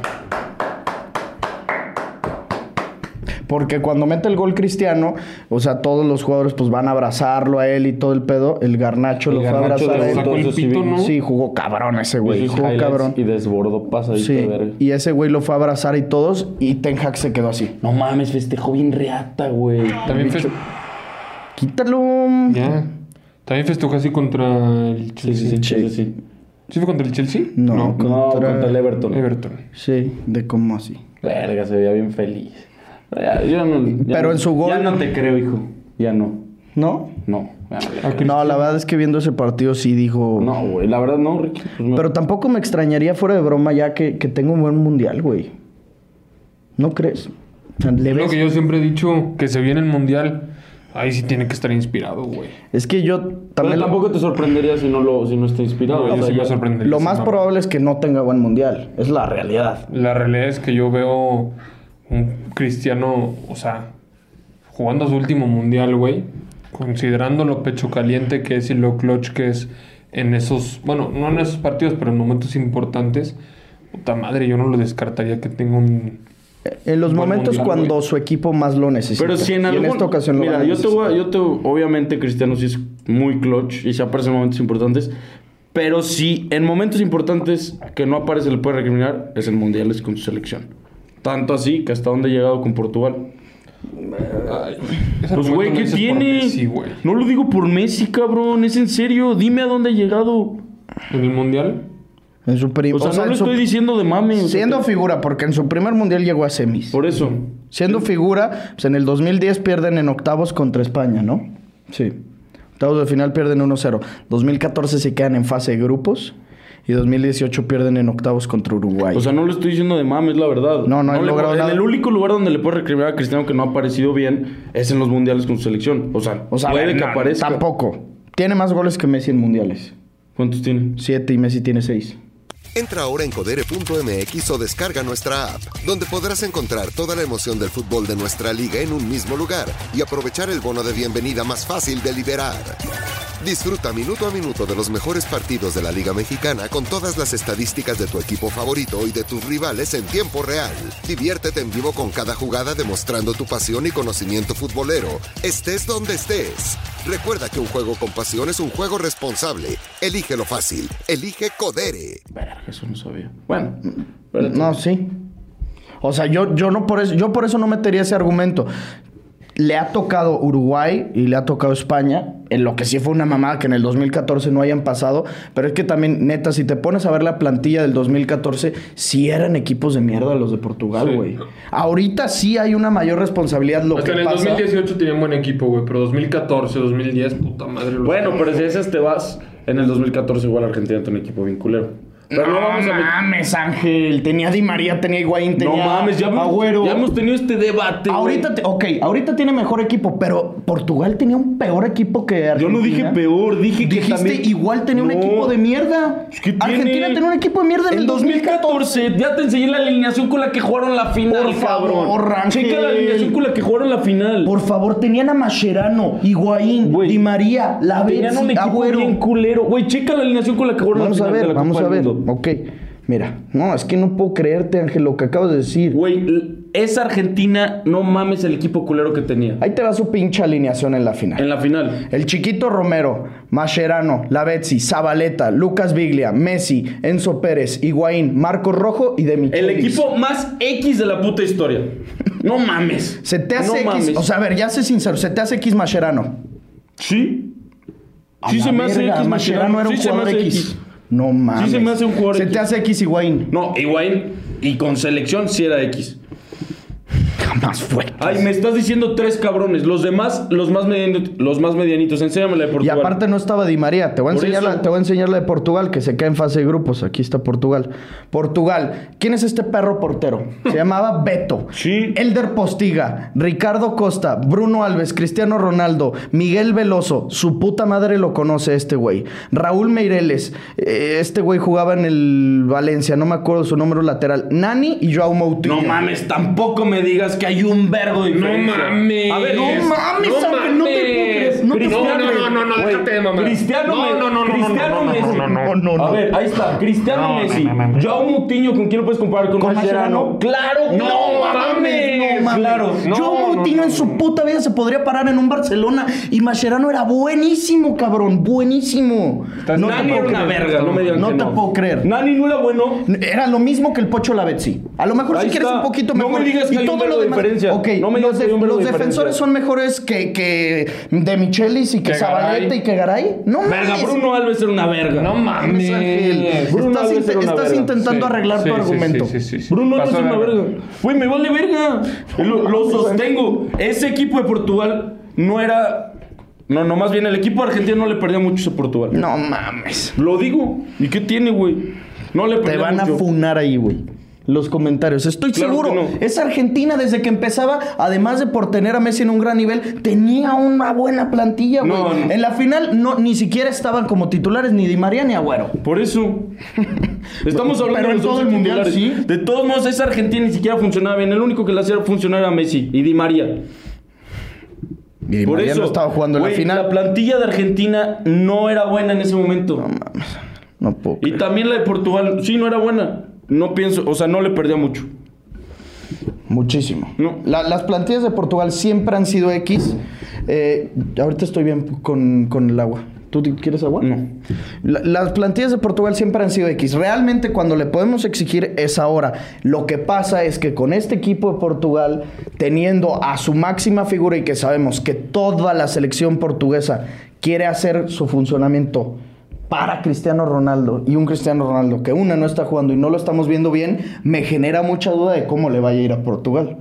Porque cuando mete el gol Cristiano, o sea, todos los jugadores pues van a abrazarlo a él y todo el pedo. El Garnacho El lo fue a Garnacho abrazar de- a él. sacó el entonces sí pito, vi- ¿no? Sí, jugó cabrón ese güey. Sí, Jugó highlights cabrón. Y desbordó pasadito Sí, de verga. y ese güey lo fue a abrazar y todos, y Ten Hag se quedó así. No mames, festejó bien reata, güey. También, fes- Quítalo. ya. También festejó así contra el Sí, Chelsea. sí, sí, sí, sí. ¿Sí fue contra el Chelsea? No, No, contra el Everton. Everton. Sí, de cómo así. Verga, se veía bien feliz. Ya, yo no, ya Pero no- en su gol- Ya no te creo, hijo. Ya no. ¿No? No. ya no le creo. No, la verdad es que viendo ese partido sí dijo. No, güey. La verdad no, Ricky. pues no. Pero tampoco me extrañaría fuera de broma ya que, que tenga un buen mundial, güey. ¿No crees? ¿Le Lo ves? que yo siempre he dicho, que se viene el mundial, ahí sí tiene que estar inspirado, güey. Es que yo Pero también... tampoco te sorprendería si no, lo, si no está inspirado. No, yo O sea, sí me ya- sorprendería Lo si más no. probable es que no tenga buen mundial. Es la realidad. La realidad es que yo veo un cristiano, o sea, jugando su último mundial, güey, considerando lo pecho caliente que es y lo clutch que es en esos, bueno, no en esos partidos, pero en momentos importantes, puta madre, yo no lo descartaría que tenga un... En los Buen momentos mundial, cuando güey. su equipo más lo necesita. Pero si en Y algún... esta ocasión lo van Mira, a yo te, voy a- necesitar. yo te... Obviamente Cristiano sí es muy clutch y se aparece en momentos importantes. Pero si en momentos importantes que no aparece le puede recriminar, es en mundiales con su selección. Tanto así que hasta donde ha llegado con Portugal. Ay, ese Pues argumento güey, lo ¿qué dices por tiene? Messi, güey. no lo digo por Messi, cabrón. Es en serio. Dime a dónde ha llegado. En el mundial, En su prim- O sea, o sea, no lo en su- estoy diciendo de mame. o sea, Siendo figura, porque en su primer mundial llegó a semis. Por eso. Siendo figura, pues en el 2010 pierden en octavos contra España, ¿no? Sí. Octavos de final pierden 1-0. 2014 se quedan en fase de grupos. Y 2018 pierden en octavos contra Uruguay. O sea, no lo estoy diciendo de mame, es la verdad. No, no he le logrado puedo- en nada. El único lugar donde le puedo recriminar a Cristiano que no ha aparecido bien es en los mundiales con su selección. O sea, O sea, puede que no, aparezca. Tampoco. Tiene más goles que Messi en mundiales. ¿Cuántos Pues tiene? Siete y Messi tiene seis. Entra ahora en codere.mx o descarga nuestra app, donde podrás encontrar toda la emoción del fútbol de nuestra liga en un mismo lugar y aprovechar el bono de bienvenida más fácil de liberar. Disfruta minuto a minuto de los mejores partidos de la Liga Mexicana con todas las estadísticas de tu equipo favorito y de tus rivales en tiempo real. Diviértete en vivo con cada jugada demostrando tu pasión y conocimiento futbolero, estés donde estés. Recuerda que un juego con pasión es un juego responsable. Elige lo fácil, elige Codere. Verga, eso no sabía. Bueno, No, sí. O sea, yo, yo no por eso, yo por eso no metería ese argumento. Le ha tocado Uruguay y le ha tocado España, en lo que sí fue una mamada que en el 2014 no hayan pasado, pero es que también, neta, si te pones a ver la plantilla del 2014, sí eran equipos de mierda los de Portugal, Sí. güey. Ahorita sí hay una mayor responsabilidad lo hasta que en el pasa. 2018 tenían buen equipo, güey, pero 2014, 2010, puta madre. los- bueno, pero si esas te vas, en el 2014 igual Argentina tiene un equipo vinculero. Pero no, vamos a meter- mames, Ángel. Tenía Di María, tenía Higuaín, No mames, ya, hemos- Agüero. ya hemos tenido este debate. güey. Ahorita, te- ok, ahorita tiene mejor equipo, pero Portugal tenía un peor equipo que Yo Argentina. no dije peor, dije que Dijiste también- igual tenía un No. equipo de mierda. Es que tiene- Argentina tenía un equipo de mierda en el 2014. Ya te enseñé la alineación con la que jugaron la final, Por cabrón. favor, Rangel. Checa la alineación con la que jugaron la final. Por favor, tenían a Mascherano, Higuaín, Güey. Di María, La Tenían un equipo Agüero. bien culero. Güey, checa la alineación con la que jugaron ah, Vamos la a final de ver, la vamos Copa a del ver. Mundo. Ok, mira. No, es que no puedo creerte, Ángel, lo que acabas de decir. Güey, l- esa Argentina, no mames el equipo culero que tenía. Ahí te va su pinche alineación en la final. En la final. El Chiquito Romero, Mascherano, Lavezzi, Zabaleta, Lucas Biglia, Messi, Enzo Pérez, Higuaín, Marco Rojo y Demi. El equipo más X de la puta historia. No mames. Se te hace No X. mames. O sea, a ver, ya sé sincero. Se te hace X Mascherano. sí. Sí A se la me hace verga, X. Mascherano era un Sí se me jugador hace X. No mames. Sí se me hace un jugador Se X. te hace X Higuaín. No, Higuaín y con selección sí era X. Jamás fue. Ay, me estás diciendo tres cabrones. Los demás, los más medianitos, los más medianitos. Enséñame la de Y Portugal. aparte no estaba Di María. Te voy, a Por enseñar eso. la, te voy a enseñar la de Portugal, que se cae en fase de grupos. Aquí está Portugal. Portugal. ¿Quién es este perro portero? Se llamaba Beto. Sí. Elder Postiga, Ricardo Costa, Bruno Alves, Cristiano Ronaldo, Miguel Veloso. Su puta madre lo conoce este güey. Raúl Meireles. eh, Este güey jugaba en el Valencia. No me acuerdo su número lateral. Nani y Joao Moutinho. No mames, tampoco me digas que hay un vergo de No diferencia. mames. A ver, No mames, Ángel, no te puedo creer, no te No, puedo no, creer. no, no, no, Güey, déjate de mamar. Cristiano No, Messi. no, no, no, no, no, Cristiano no, no, Messi. no, no, no, no. A ver, ahí está. Cristiano Messi. Joao Moutinho, ¿con quién lo puedes comparar? ¿Con, ¿Con Mascherano? Mascherano? ¡Claro! No mames, No mames. ¡Claro! No, Joao no, Moutinho no, en su puta vida se podría parar en un Barcelona y Mascherano era buenísimo, cabrón, buenísimo. Estás- No te Nani puedo era una creer. verga, no me digan No que te puedo creer. Nani no era bueno. Era lo mismo que el Pocho Lavezzi. A lo mejor Ahí si quieres está. un poquito No mejor. me digas que y hay un todo verbo lo de demás. diferencia. Ok, No me digas los, que hay un verbo los de defensores diferencia. son mejores que, que de Michelis y que, Que Zabaleta Garay. y que Garay. No Verga, mames. Bruno Alves era una verga. No mames, Ángel. Bruno estás Alves inte- era una estás verga. intentando Sí, arreglar sí, tu sí, argumento. sí, sí, sí, sí. Bruno Alves Pasó es de una verga. verga. Güey, me vale verga. Lo, lo sostengo. Ese equipo de Portugal no era. No, no, más bien el equipo argentino no le perdía mucho a Portugal. No mames. Lo digo. ¿Y qué tiene, güey? No le Te perdía van a mucho. funar ahí, güey. los comentarios. Estoy Claro seguro. que no. Es Argentina desde que empezaba, además de por tener a Messi en un gran nivel, tenía una buena plantilla, güey. No, no. En la final no, ni siquiera estaban como titulares ni Di María ni Agüero. Por eso. Estamos hablando Pero de en los todo once el mundial, titulares. sí. De todos modos, esa Argentina ni siquiera funcionaba bien. El único que la hacía funcionar era Messi y Di María. Y Di Por María eso. no estaba jugando en la güey, final. La plantilla de Argentina no era buena en ese momento. No puedo. y también la de Portugal, sí, no era buena. No pienso, o sea, no le perdía mucho. Muchísimo. No. La- las plantillas de Portugal siempre han sido X. Eh, ahorita estoy bien con, con el agua. ¿Tú te- quieres agua? No. La- las plantillas de Portugal siempre han sido X. Realmente cuando le podemos exigir es ahora. Lo que pasa es que con este equipo de Portugal, teniendo a su máxima figura y que sabemos que toda la selección portuguesa quiere hacer su funcionamiento para Cristiano Ronaldo y un Cristiano Ronaldo que una no está jugando y no lo estamos viendo bien, me genera mucha duda de cómo le vaya a ir a Portugal.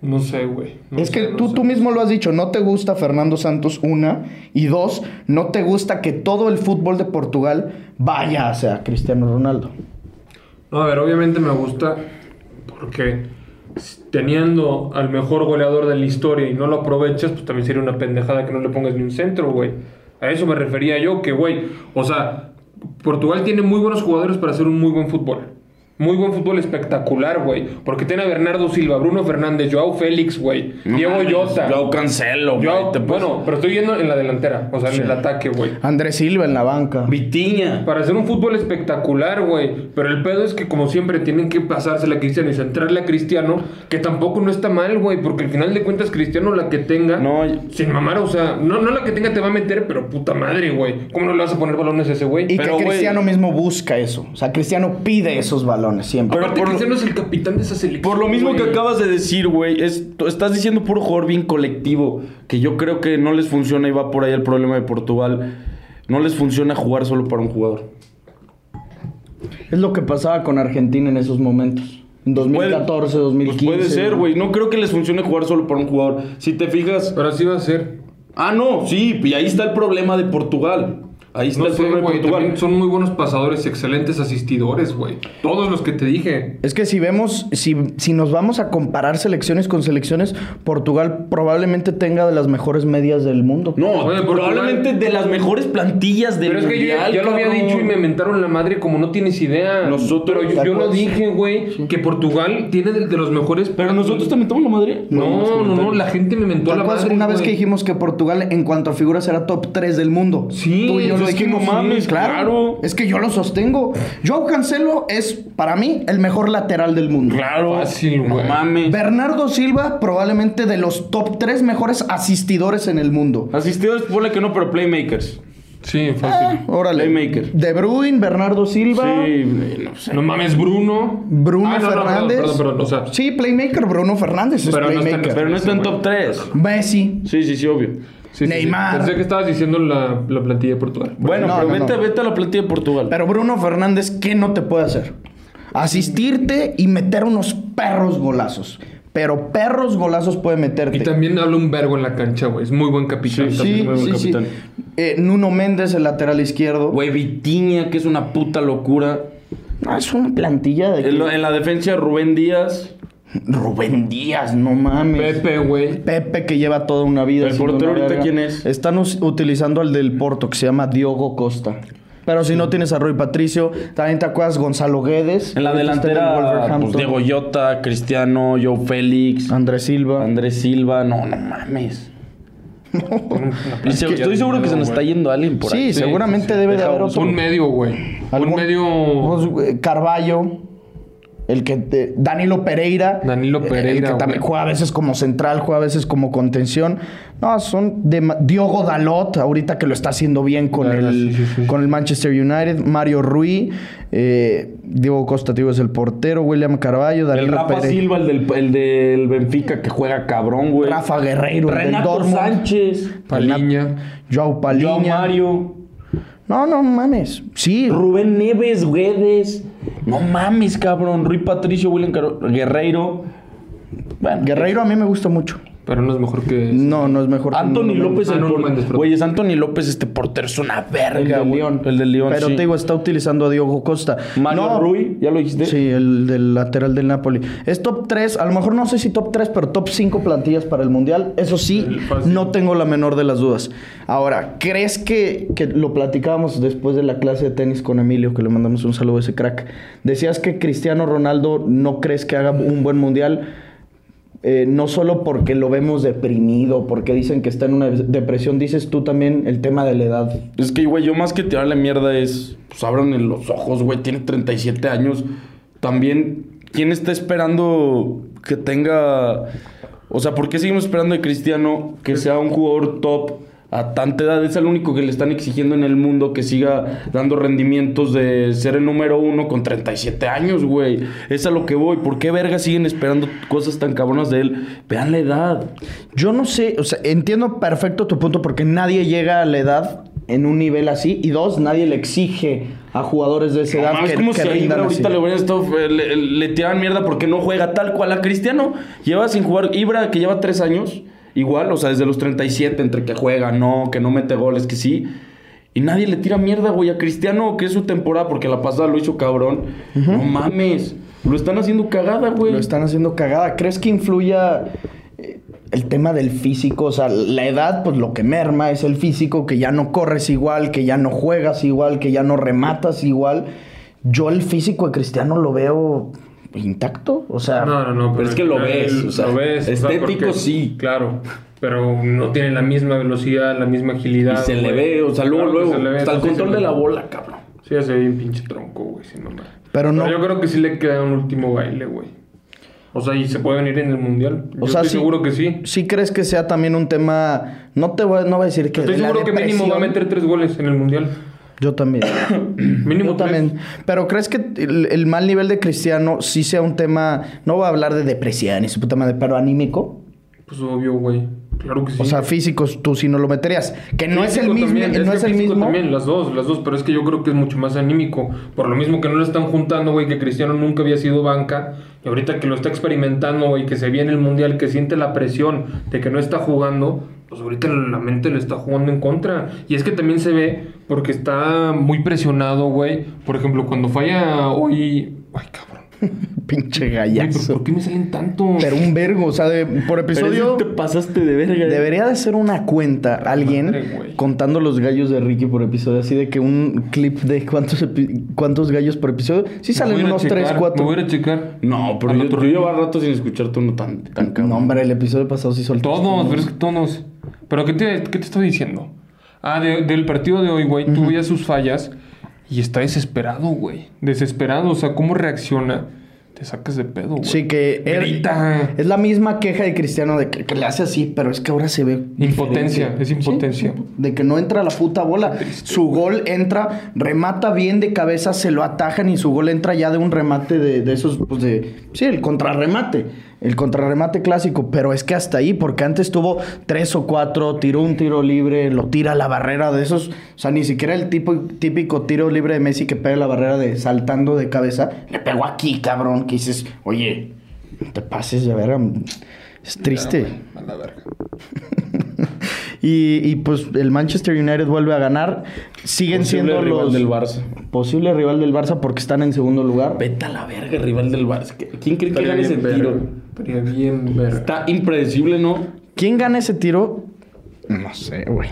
No sé, güey. No Es sé, que no tú, sé. tú mismo lo has dicho, no te gusta Fernando Santos, una, y dos, no te gusta que todo el fútbol de Portugal vaya hacia Cristiano Ronaldo. No, a ver, obviamente me gusta porque teniendo al mejor goleador de la historia y no lo aprovechas, pues también sería una pendejada que no le pongas ni un centro, güey. A eso me refería yo, que, güey, o sea, Portugal tiene muy buenos jugadores para hacer un muy buen fútbol. Muy buen fútbol espectacular, güey. Porque tiene a Bernardo Silva, Bruno Fernández, Joao Félix, güey. Diego Llosa. Yo cancelo, güey. Joao- Te puedes- bueno, pero estoy yendo en la delantera, o sea, en el ataque, güey. Andrés Silva en la banca. Vitiña. Para hacer un fútbol espectacular, güey. Pero el pedo es que, como siempre, tienen que pasársela a Cristiano y centrarle a Cristiano, que tampoco no está mal, güey. Porque al final de cuentas, Cristiano, la que tenga, No, sin mamar, o sea, no, no la que tenga te va a meter, pero puta madre, güey. ¿Cómo no le vas a poner balones a ese güey? Y Pero Pero, que güey- Cristiano mismo busca eso. O sea, Cristiano pide esos balones siempre. aparte, por lo- Cristiano es el capitán de esa selección. Por lo mismo que güey. acabas de decir, güey, es- tú estás diciendo puro jugador bien colectivo, que yo creo que no les funciona y va por ahí el problema de Portugal. No les funciona jugar solo para un jugador. Es lo que pasaba con Argentina en esos momentos. En Pues 2014, Puede- 2015. Pues puede ser, güey. No creo que les funcione jugar solo para un jugador. Si te fijas. Pero así va a ser. Ah, no, sí, y ahí está el problema de Portugal. Ahí está No el sé, problema de güey. Portugal. También son muy buenos pasadores y excelentes asistidores, güey. Todos los que te dije. Es que si vemos, si, si nos vamos a comparar selecciones con selecciones, Portugal probablemente tenga de las mejores medias del mundo. No, Güey, Portugal- probablemente de las mejores plantillas del Pero es que yo ya- mundial, ya, lo había cabrón. dicho y me mentaron la madre como no tienes idea. Nosotros- Pero yo, yo lo ¿Te acuerdas? dije, güey, que Portugal tiene de, de los mejores. Pero nosotros también tomamos la madre. No, no, no, la gente me mentó ¿Te la acuerdas madre. una vez güey. que dijimos que Portugal en cuanto a figuras era top 3 del mundo? Sí, Tú pues y yo lo es que dijimos, no mames, sí, claro. claro. Es que yo lo sostengo. Joao Cancelo es para mí el mejor lateral del mundo. Claro. Fácil, no güey. mames. Bernardo Silva probablemente de los top 3 mejores asistidores en el mundo. Asistidores, ponle que no, pero playmakers. Ah, Sí, fácil. Ah, Órale. Playmaker. De Bruin, Bernardo Silva. Sí, no sé. No mames, Bruno. Bruno Ah, no, no, perdón, Fernández. Perdón, perdón, o sea. Sí, playmaker. Bruno Fernández es Pero no está- playmaker. Pero no está en top 3. Messi. Sí, sí, sí, obvio. sí, sí, sí. Neymar. Pensé que estabas diciendo la, la plantilla de Portugal. Bueno, No, pero no, vete, no. vete a la plantilla de Portugal. Pero Bruno Fernández, ¿qué no te puede hacer? Asistirte y meter unos perros golazos. Pero perros golazos puede meterte. Y también habla un vergo en la cancha, güey. Es muy buen capitán. Sí, también, Sí, muy buen sí, sí. capitán. Eh, Nuno Méndez, el lateral izquierdo. Güey, Vitiña, que es una puta locura. No, es una plantilla de... En, lo- en la defensa, Rubén Díaz. Rubén Díaz, no mames. Pepe, güey. Pepe que lleva toda una vida. ¿El siendo portero una ahorita verga. quién es? Están us- utilizando al del Porto que se llama Diogo Costa. Pero si no tienes a Roy Patricio, también te acuerdas Gonzalo Guedes. En la Ahorita está en el delantera, pues, Wolverhampton. Diego Llota, Cristiano, Joe Félix, Andrés Silva. Andrés Silva. No, no mames. Y se- que- estoy seguro que se nos está yendo alguien por ahí. sí, seguramente debe de haber otro. Un medio, güey. Un Algún- medio. Pues, eh, Carballo. El que te- Danilo Pereira. Danilo eh, El Pereira, que también güey. juega a veces como central, juega a veces como contención. No, son de ma- Diogo Dalot, ahorita que lo está haciendo bien con, La verdad, el, sí, sí, sí. con el Manchester United. Mario Rui, eh, Diego Costa, te digo, es el portero. William Carballo, El Danilo Rafa Pereira. Silva, el del, el del Benfica, que juega cabrón, güey. Rafa Guerreiro, el del Renato Dortmund. Sánchez. Paliña. Joao Paliña. Joao Mario. No, no mames. Sí. Rubén Neves, Guedes. No mames, cabrón. Rui Patricio, William Caro- Guerreiro. Bueno, Guerreiro a mí me gusta mucho. Pero no es mejor que. No, no es mejor que Anthony Nuno López, Méndez. el por- güey, es Anthony López, este portero es una verga, El de güey. León. El de León, Pero sí. te digo, está utilizando a Diogo Costa. Mario Rui, ¿ya lo dijiste? Sí, el del lateral del Napoli. Es top 3, a lo mejor no sé si top 3, pero top 5 plantillas para el Mundial. Eso sí, no tengo la menor de las dudas. Ahora, ¿crees que, que lo platicábamos después de la clase de tenis con Emilio, que le mandamos un saludo a ese crack? Decías que Cristiano Ronaldo no crees que haga un buen Mundial. eh, no solo porque lo vemos deprimido, porque dicen que está en una depresión, dices tú también el tema de la edad. Es que, güey, yo más que tirarle mierda es, pues ábranle los ojos, güey, tiene 37 años. También, ¿quién está esperando que tenga... O sea, ¿por qué seguimos esperando de Cristiano que sea un jugador top a tanta edad? Es el único que le están exigiendo en el mundo que siga dando rendimientos de ser el número uno con 37 años, güey. Es a lo que voy. ¿Por qué verga siguen esperando cosas tan cabronas de él? Vean la edad. Yo no sé, o sea, entiendo perfecto tu punto porque nadie llega a la edad en un nivel así y dos, nadie le exige a jugadores de esa edad No, que, es como que si a Ibra rindan así. ahorita le hubieran estado, eh, le, le tiraban mierda porque no juega tal cual a Cristiano. Lleva sin jugar, Ibra que lleva tres años, igual, o sea, desde los 37, entre que juega, no, que no mete goles, que sí. Y nadie le tira mierda, güey, a Cristiano, que es su temporada, porque la pasada lo hizo cabrón. No mames, lo están haciendo cagada, güey. Lo están haciendo cagada. ¿Crees que influya eh, el tema del físico? O sea, la edad, pues lo que merma es el físico, que ya no corres igual, que ya no juegas igual, que ya no rematas igual. Yo el físico de Cristiano lo veo intacto, o sea... No, no, no. pero es que al lo final ves, o sea, lo ves, o sea, estético porque- sí. Claro. Pero no tiene la misma velocidad, la misma agilidad. Y se le güey. ve, o sea, luego, Claro que luego, se le ve, hasta el sí, control se de le la ve. bola, cabrón. Sí, ya se ve bien pinche tronco, güey, sin mamar. Pero no- yo creo que sí le queda un último baile, güey. O sea, y se puede venir en el mundial. yo O sea, estoy sí- seguro que sí. ¿Sí crees que sea también un tema... No te voy, no voy a decir que... Estoy de la seguro que mínimo va a depresión. meter tres goles en el mundial. Yo también. Mínimo Yo también. Pero crees que el, el mal nivel de Cristiano sí sea un tema, no voy a hablar de depresión y su puta madre, pero anímico. Pues obvio, güey. Claro que sí. O sea, físicos, tú sí no lo meterías. Que no es el Físico mismo. también, no que es el físico mismo. También, las dos, las dos, pero es que yo creo que es mucho más anímico. Por lo mismo que no lo están juntando, güey, que Cristiano nunca había sido banca. Y ahorita que lo está experimentando, güey, que se viene el mundial, que siente la presión de que no está jugando, pues ahorita la mente le está jugando en contra. Y es que también se ve porque está muy presionado, güey. Por ejemplo, cuando falla hoy. Ay, cabrón. Güey, Pinche ¿pero gallazo. ¿Por qué me salen tantos? Pero un vergo, o sea, de- por episodio. te pasaste de verga. Debería de ser una cuenta alguien madre, güey. contando los gallos de Ricky por episodio, así de que un clip de cuántos epi- cuántos gallos por episodio. Me voy Sí a salen ir a unos checar, 3, Me voy a 4. ir a checar. No, pero Al yo, otro- yo llevaba rato sin escucharte uno tan, tan cabrón. No, hombre, el episodio pasado sí soltó. Todos, pero es que todos. Pero ¿qué te, qué te estoy diciendo? Ah, de- del partido de hoy, güey, tú veías sus fallas y está desesperado, güey. Desesperado, o sea, ¿cómo reacciona? Te sacas de pedo, güey. Sí, que él- Grita. es la misma queja de Cristiano de que, que le hace así, pero es que ahora se ve. Impotencia, diferente. es impotencia. Sí, de que no entra la puta bola. Su gol entra, remata bien de cabeza, se lo atajan y su gol entra ya de un remate de, de esos, pues de. Sí, el contrarremate. El contrarremate clásico, pero es que hasta ahí, porque antes tuvo tres o cuatro, tiró un tiro libre, lo tira a la barrera de esos. O sea, ni siquiera el tipo, típico tiro libre de Messi que pega a la barrera de saltando de cabeza. Le pegó aquí, cabrón, que dices, oye, no te pases de verga. Es triste. A la verga. Y, y, pues el Manchester United vuelve a ganar. Siguen Posible siendo rival los. del Barça. Posible rival del Barça porque están en segundo lugar. Vete a la verga, rival del Barça. ¿Quién cree que Estaría gane ese bien verga. tiro? Estaría bien verga. Está impredecible, ¿no? ¿Quién gana ese tiro? No sé, güey.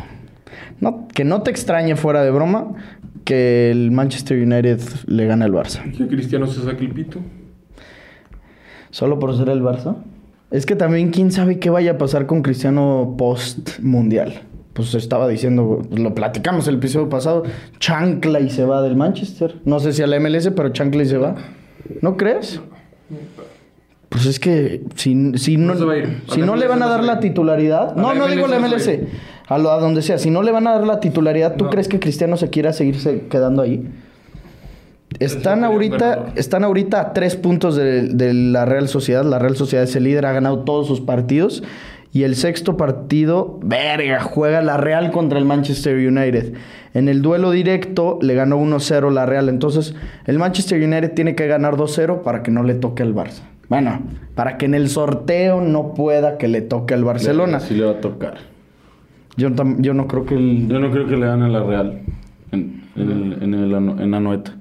No, que no te extrañe fuera de broma que el Manchester United le gane al Barça. Que Cristiano se saque el pito. Solo por ser el Barça. Es que también quién sabe qué vaya a pasar con Cristiano post mundial. Pues estaba diciendo, pues, lo platicamos el episodio pasado, Chancla y se va del Manchester. No sé si a la MLS, pero Chancla y se va. ¿No crees? Pues es que si, si no, No se va a ir. A si la no le MLS van a no dar se va a la ir. titularidad, A no, la no digo la MLS no MLS, se va a ir. a, lo, a donde sea, si no le van a dar la titularidad, ¿tú No. crees que Cristiano se quiera seguirse quedando ahí? Pues Están sería un ahorita, perdedor. están ahorita a tres puntos de, de la Real Sociedad. La Real Sociedad es el líder, ha ganado todos sus partidos. Y el sexto partido, verga, juega la Real contra el Manchester United. En el duelo directo le ganó 1-0 la Real. Entonces, el Manchester United tiene que ganar 2-0 para que no le toque al Barça. Bueno, para que en el sorteo no pueda que le toque al Barcelona. Sí le va a tocar. Yo, tam- yo no creo que el... Yo no creo que le dan a la Real en, en el, en, el ano- en Anoeta.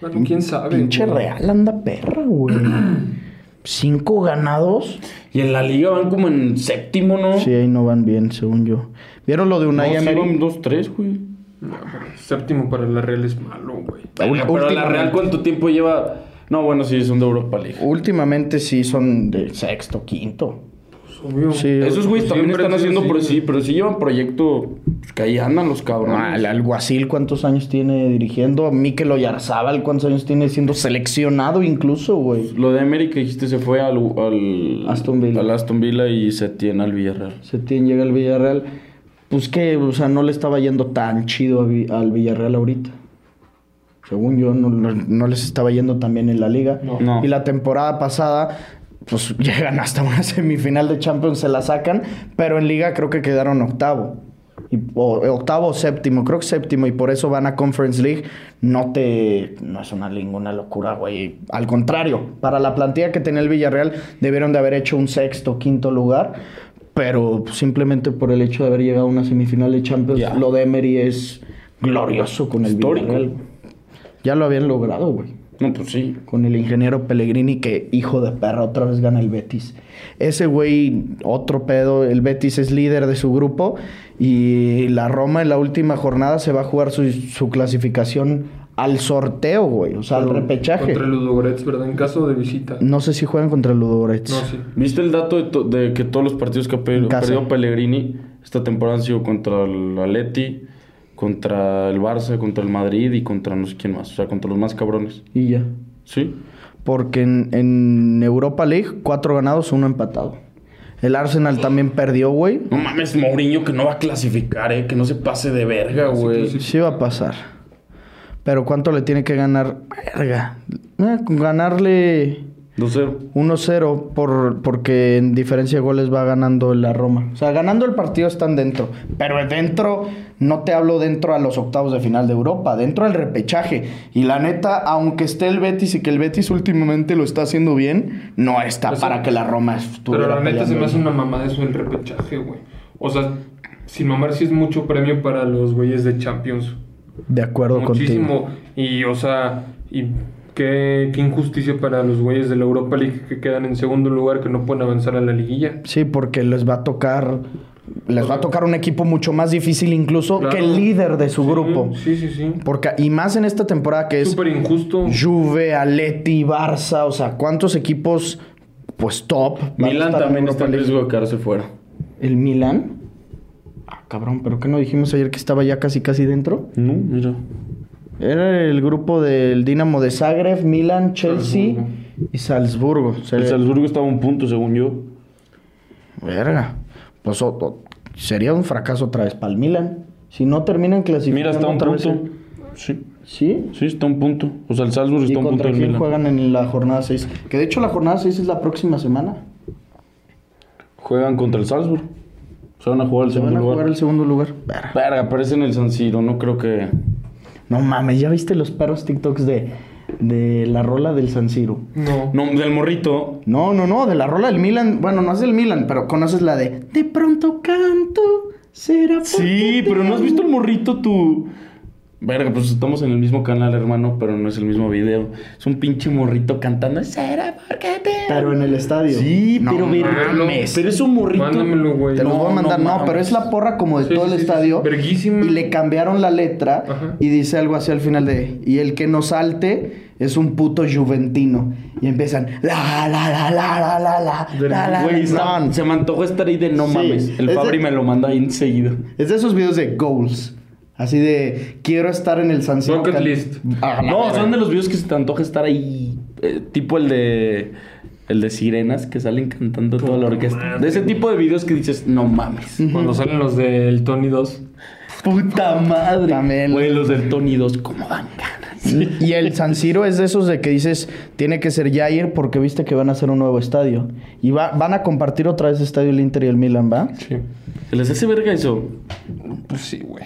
Bueno, quién sabe. Pinche güey? Real anda perra, güey. Cinco ganados. Y en la liga van como en séptimo, ¿no? Sí, ahí no van bien, según yo. ¿Vieron lo de Unai No, sí Emery? van dos, tres, güey. No, pero séptimo para la Real es malo, güey. Pero la Real, ¿cuánto tiempo lleva? No, bueno, sí, son de Europa League. Últimamente sí son de sexto, quinto. Obvio. Sí, Esos güeyes también Siempre están han sido así, haciendo, pero sí, güey. pero sí llevan proyecto pues, que ahí andan los cabrones. Ah, el alguacil, ¿cuántos años tiene dirigiendo? Mikel Oyarzábal, ¿cuántos años tiene siendo seleccionado incluso, güey? Lo de Emery que dijiste se fue al, al Aston Villa. al Aston Villa y se tiene al Villarreal. Setién llega al Villarreal. Pues que, o sea, no le estaba yendo tan chido a Vi- al Villarreal ahorita. Según yo, no, no- no les estaba yendo tan bien en la liga. No. No. Y la temporada pasada, pues llegan hasta una semifinal de Champions, se la sacan, pero en liga creo que quedaron octavo. Y- o, octavo o séptimo, creo que séptimo, y por eso van a Conference League. No te. No es una ninguna locura, güey. Al contrario, para la plantilla que tenía el Villarreal, debieron de haber hecho un sexto, quinto lugar. Pero simplemente por el hecho de haber llegado a una semifinal de Champions, Ya. lo de Emery es glorioso con el Histórico. Villarreal. Ya lo habían logrado, güey No, pues sí. con el ingeniero Pellegrini que hijo de perra otra vez gana el Betis. Ese güey otro pedo, el Betis es líder de su grupo y la Roma en la última jornada se va a jugar su, su clasificación al sorteo, güey, o sea, al Pero repechaje. Contra el Ludogorets, ¿verdad? En caso de visita. No sé si juegan contra el Ludogorets. No, sí. ¿Viste el dato de, to- de que todos los partidos que ha pe- En casa. perdido Pellegrini esta temporada han sido contra el Atleti, contra el Barça, contra el Madrid y contra no sé quién más? O sea, contra los más cabrones. Y ya. ¿Sí? Porque en, en Europa League cuatro ganados, uno empatado. El Arsenal también perdió, güey. No mames, Mourinho que no va a clasificar, eh. Que no se pase de verga, pues güey. Sí va a pasar. Pero ¿cuánto le tiene que ganar? Verga. Eh, con ganarle 2-0. 1-0 por, porque en diferencia de goles va ganando la Roma. O sea, ganando el partido están dentro. Pero dentro, no te hablo dentro a los octavos de final de Europa, dentro al repechaje. Y la neta, aunque esté el Betis y que el Betis últimamente lo está haciendo bien, no está O sea, para que la Roma estuviera Pues Pero la neta se me peleando. hace una mamada eso el repechaje, güey. O sea, sin mamar sí es mucho premio para los güeyes de Champions. De acuerdo contigo. Muchísimo. Y, o sea, y qué, qué injusticia para los güeyes de la Europa League que quedan en segundo lugar, que no pueden avanzar a la liguilla. Sí, porque les va a tocar. Les va a tocar un equipo mucho más difícil incluso Claro. que el líder de su Sí, grupo. Sí, sí, sí. Porque, y más en esta temporada que es Súper injusto. Juve, Aleti, Barça, o sea, ¿cuántos equipos pues top? van a Milan estar en también Europa está en League? riesgo de quedarse fuera. ¿El Milan? Ah, cabrón, ¿pero qué no dijimos ayer que estaba ya casi casi dentro? No, mira. Era el grupo del Dinamo de Zagreb, Milan, Chelsea Salzburgo. y Salzburgo. Se- El Salzburgo estaba a un punto, según yo. Verga. Pues o- o- sería un fracaso otra vez para el Milan. Si no terminan clasificando Mira, está a un otra vez punto. el- Sí. ¿Sí? Sí, está a un punto. O sea, el Salzburgo ¿Y está a un punto contra del quién Milan. juegan en la jornada 6? Que de hecho la jornada 6 es la próxima semana. Juegan contra el Salzburgo. Se van a jugar el Se van segundo a lugar. jugar el segundo lugar. Verga. Verga, aparece en el San Siro. No creo que... No mames, ¿ya viste los perros TikToks de, de la rola del San Siro? No. No, del morrito. No, no, no, de la rola del Milan. Bueno, no es del Milan, pero conoces la de De pronto canto, será porque Sí, te pero ¿no has amo". visto el morrito tú? Verga, pues estamos en el mismo canal, hermano, pero no es el mismo video. Es un pinche morrito cantando. Será porque te... Pero en el estadio. Sí, No pero verga. mames. Pero es un morrito. Mándamelo, güey. Te los voy a mandar, no, mames. pero es la porra como de Sí, todo sí, el sí, sí, estadio. verguísima. Y le cambiaron la letra Ajá. y dice algo así al final de. Y el que no salte es un puto juventino. Y empiezan. La, la, la, la, la, la, la. la, la, Güey, la, la". está- se me antojó estar ahí de no Sí. mames. El Es Fabri de- me lo manda ahí enseguida. Es de esos videos de goals. Así de, quiero estar en el San Siro. Bucket can- list. Ah, la No, verga. son de los videos que se te antoja estar ahí. eh, tipo el de. El de sirenas que salen cantando toda la orquesta. De ese tipo de videos que dices, no mames. Cuando salen los del Tony 2. Puta madre. También. Güey, los del Tony 2, ¿cómo dan ganas? Y el San Siro es de esos de que dices, tiene que ser Jair porque viste que van a hacer un nuevo estadio. Y va- van a compartir otra vez estadio el Inter y el Milan, ¿va? Sí. ¿Se les hace verga eso? Pues sí, güey.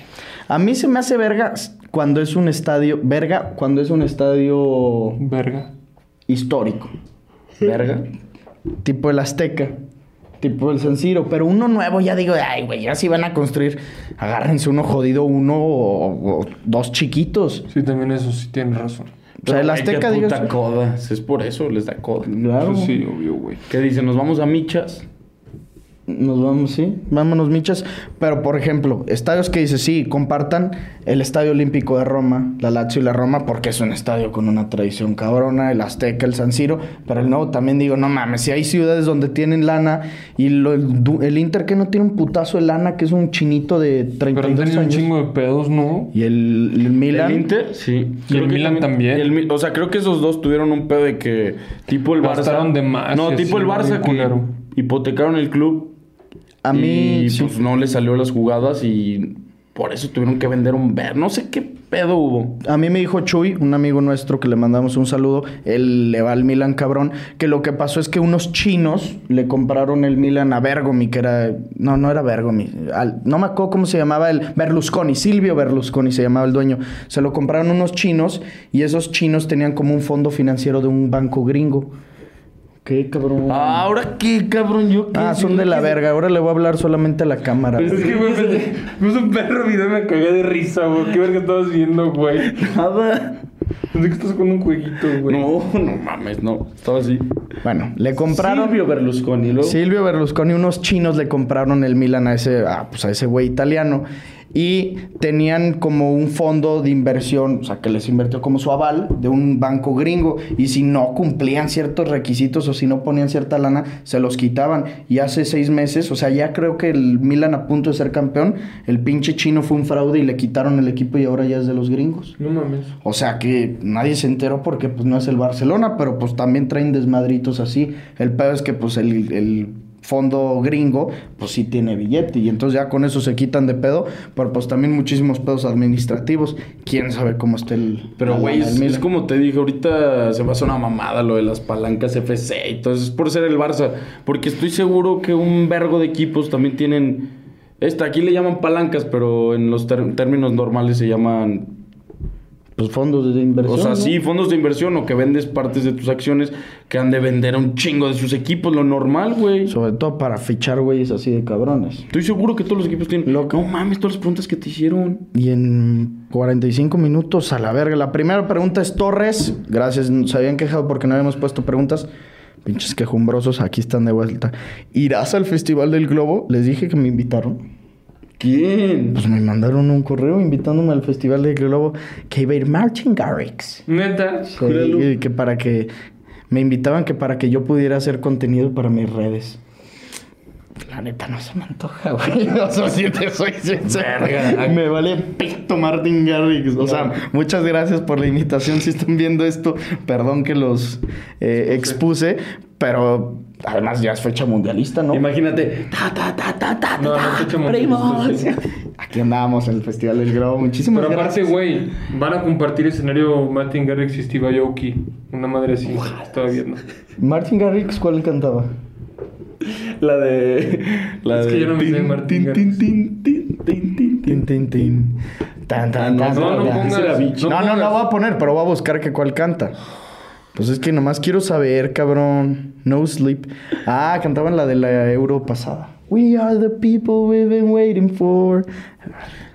A mí se me hace verga cuando es un estadio, verga, cuando es un estadio Verga. histórico. Verga. Tipo el Azteca. Tipo el San Siro. Pero uno nuevo ya digo, ay, güey, ya si van a construir, agárrense uno jodido, uno o, o dos chiquitos. Sí, también eso sí tienen razón. O sea, Pero, el güey, Azteca, qué digo. puta coda. Es por eso, les da coda. Claro. Eso sí, obvio, güey. ¿Qué dicen? ¿Nos vamos a michas? Nos vamos, sí. Vámonos, michas. Pero, por ejemplo, estadios que dice, sí, compartan el Estadio Olímpico de Roma, la Lazio y la Roma, porque es un estadio con una tradición cabrona, el Azteca, el San Siro. Pero el nuevo también digo, no mames, si hay ciudades donde tienen lana y lo- el, du- el Inter que no tiene un putazo de lana, que es un chinito de Pero han 32 tenido un años. chingo de pedos, ¿no? Y el, el Milan. ¿El Inter? Sí. Y el Milan también. y el Mi- o sea, creo que esos dos tuvieron un pedo de que tipo el Barça. Gastaron de más No, y tipo así, el Barça bien culero. que hipotecaron el club. A mí, Y sí. pues no le salió las jugadas y por eso tuvieron que vender un ver. No sé qué pedo hubo. A mí me dijo Chuy, un amigo nuestro que le mandamos un saludo, él le va al Milan cabrón, que lo que pasó es que unos chinos le compraron el Milan a Bergomi, que era, no, no era Bergomi, al- no me acuerdo cómo se llamaba el Berlusconi, Silvio Berlusconi se llamaba el dueño, se lo compraron unos chinos y esos chinos tenían como un fondo financiero de un banco gringo. ¿Qué cabrón? Ah, Ahora qué, cabrón, yo qué Ah, son de la verga, ahora le voy a hablar solamente a la cámara. Pero es que, güey, pensé- puse un perro video y me cagué de risa, güey. ¿Qué verga estabas viendo, güey? Nada. Pensé que estás con un jueguito, güey. No, no mames, no. Estaba así. Bueno, le compraron... Silvio Berlusconi, luego. Silvio Berlusconi, unos chinos le compraron el Milan a ese, ah, pues a ese güey italiano. Y tenían como un fondo de inversión, o sea, que les invirtió como su aval de un banco gringo. Y si no cumplían ciertos requisitos o si no ponían cierta lana, se los quitaban. Y hace seis meses, o sea, ya creo que el Milan a punto de ser campeón, el pinche chino fue un fraude y le quitaron el equipo y ahora ya es de los gringos. No mames. O sea que nadie se enteró porque pues no es el Barcelona, pero pues también traen desmadritos así. El pedo es que pues el, el fondo gringo pues sí tiene billete y entonces ya con eso se quitan de pedo, pero pues también muchísimos pedos administrativos. ¿Quién sabe cómo está el... Pero, la güey, lana es, del es Milan? como te dije, ahorita se pasa una mamada lo de las palancas FC y todo eso. Es por ser el Barça. Porque estoy seguro que un vergo de equipos también tienen. Esta, aquí le llaman palancas, pero en los ter- términos normales se llaman. Pues fondos de inversión. O sea, ¿no? sí, fondos de inversión o que vendes partes de tus acciones que han de vender a un chingo de sus equipos, lo normal, güey. Sobre todo para fichar güeyes así de cabrones. Estoy seguro que todos los equipos tienen. Loco. No mames, todas las preguntas que te hicieron. Y en 45 minutos a la verga. La primera pregunta es Torres. Gracias, se habían quejado porque no habíamos puesto preguntas. Pinches quejumbrosos, aquí están de vuelta. ¿Irás al Festival del Globo? Les dije que me invitaron. ¿Quién? Pues me mandaron un correo invitándome al Festival del Globo que iba a ir Martin Garrix. Neta. Sí, y que para que me invitaban que para que yo pudiera hacer contenido para mis redes. La neta no se me antoja, güey. O sea, si te soy sincero. Me vale pito Martin Garrix. O sea, muchas gracias por la invitación. Si están viendo esto, perdón que los eh, expuse, pero además ya es fecha mundialista, ¿no? Imagínate. Ta, ta, ta, ta, ta, No, no te ta, echemos primos. listos, sí. Aquí andamos en el Festival del Globo. Muchísimas Pero aparte, gracias. güey, van a compartir escenario Martin Garrix y Steve Aoki. Una madre así. Estaba viendo. Martin Garrix, ¿cuál cantaba? La de. La Es que de yo no me sé tin, Martín tin, Garrix. tin, tin, tin, tin, tin. Tin, tin, tin. Tan, tan, Ah, No, no, no tan, tan, tan. pongas- Dice la bicha. no No, no, pongas. la voy a poner, pero voy a buscar que cuál canta. Pues es que nomás quiero saber, cabrón. No sleep. Ah, cantaban la de la euro pasada. We are the people we've been waiting for.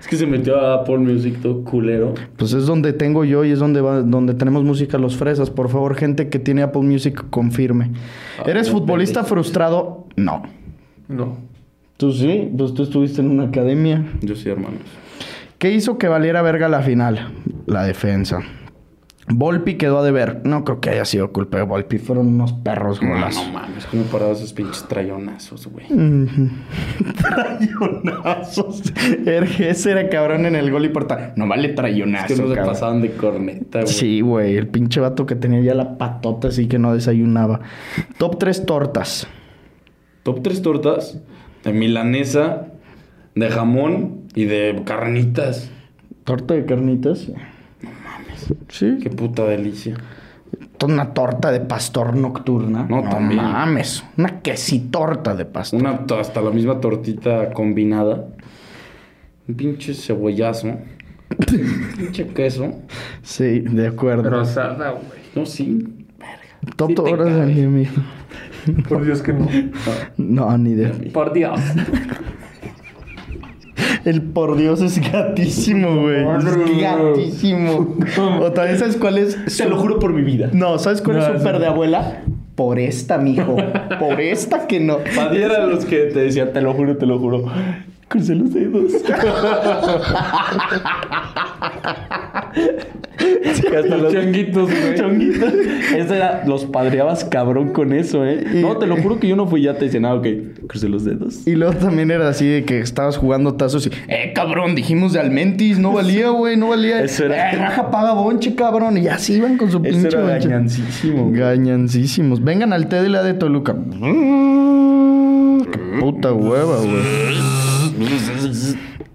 Es que se metió a Apple Music todo culero. Pues es donde tengo yo y es donde va, donde tenemos música los fresas. Por favor, gente que tiene Apple Music, confirme. Ah, ¿Eres futbolista frustrado? No. No. Tú sí, pues tú estuviste en una academia. Yo sí, hermanos. ¿Qué hizo que valiera verga la final? La defensa. Volpi quedó a deber. No creo que haya sido culpa de Volpi. Fueron unos perros No, golazos. no mames, ¿cómo parados esos pinches trayonazos, güey? Trayonazos. Er- Ese era cabrón en el gol y porta. No vale Es trayonazo, que no se cabrón. pasaban de corneta, güey. Sí, güey. El pinche vato que tenía ya la patota así que no desayunaba. Top 3 tortas. Top 3 tortas de milanesa, de jamón y de carnitas. ¿Torta de carnitas? No mames. Sí. Qué puta delicia. Una torta de pastor nocturna. No, también. mames. Una quesitorta de pastor. Una, to- hasta la misma tortita combinada. Un pinche cebollazo. Un pinche queso. Sí, de acuerdo. Rosada, güey. No, sí. Top Sí te horas cabe. del día mío. Por Dios que no. No, ni de. Por Dios. El por Dios es gatísimo, güey. Es gatísimo. O también, ¿sabes cuál es? Te lo juro por mi vida. No, ¿sabes cuál es No, súper sí. de abuela? Por esta, mijo. Por esta que no. Padilla era los que te decían, te lo juro, te lo juro. Crucé los dedos. Sí, hasta los changuitos, güey. Changuitos. Eso era, los padreabas cabrón con eso, ¿eh? No, te lo juro que yo no fui, ya te decían, ah, ok, crucé los dedos. Y luego también era así de que estabas jugando tazos y, eh, cabrón, dijimos de Almentis, no valía, güey, no valía. Eso era- Eh, raja paga bonche, cabrón. Y así iban con su Eso pinche era bonche. gañancísimo. Gañancísimos. Vengan al té de la de Toluca. Qué puta hueva, güey.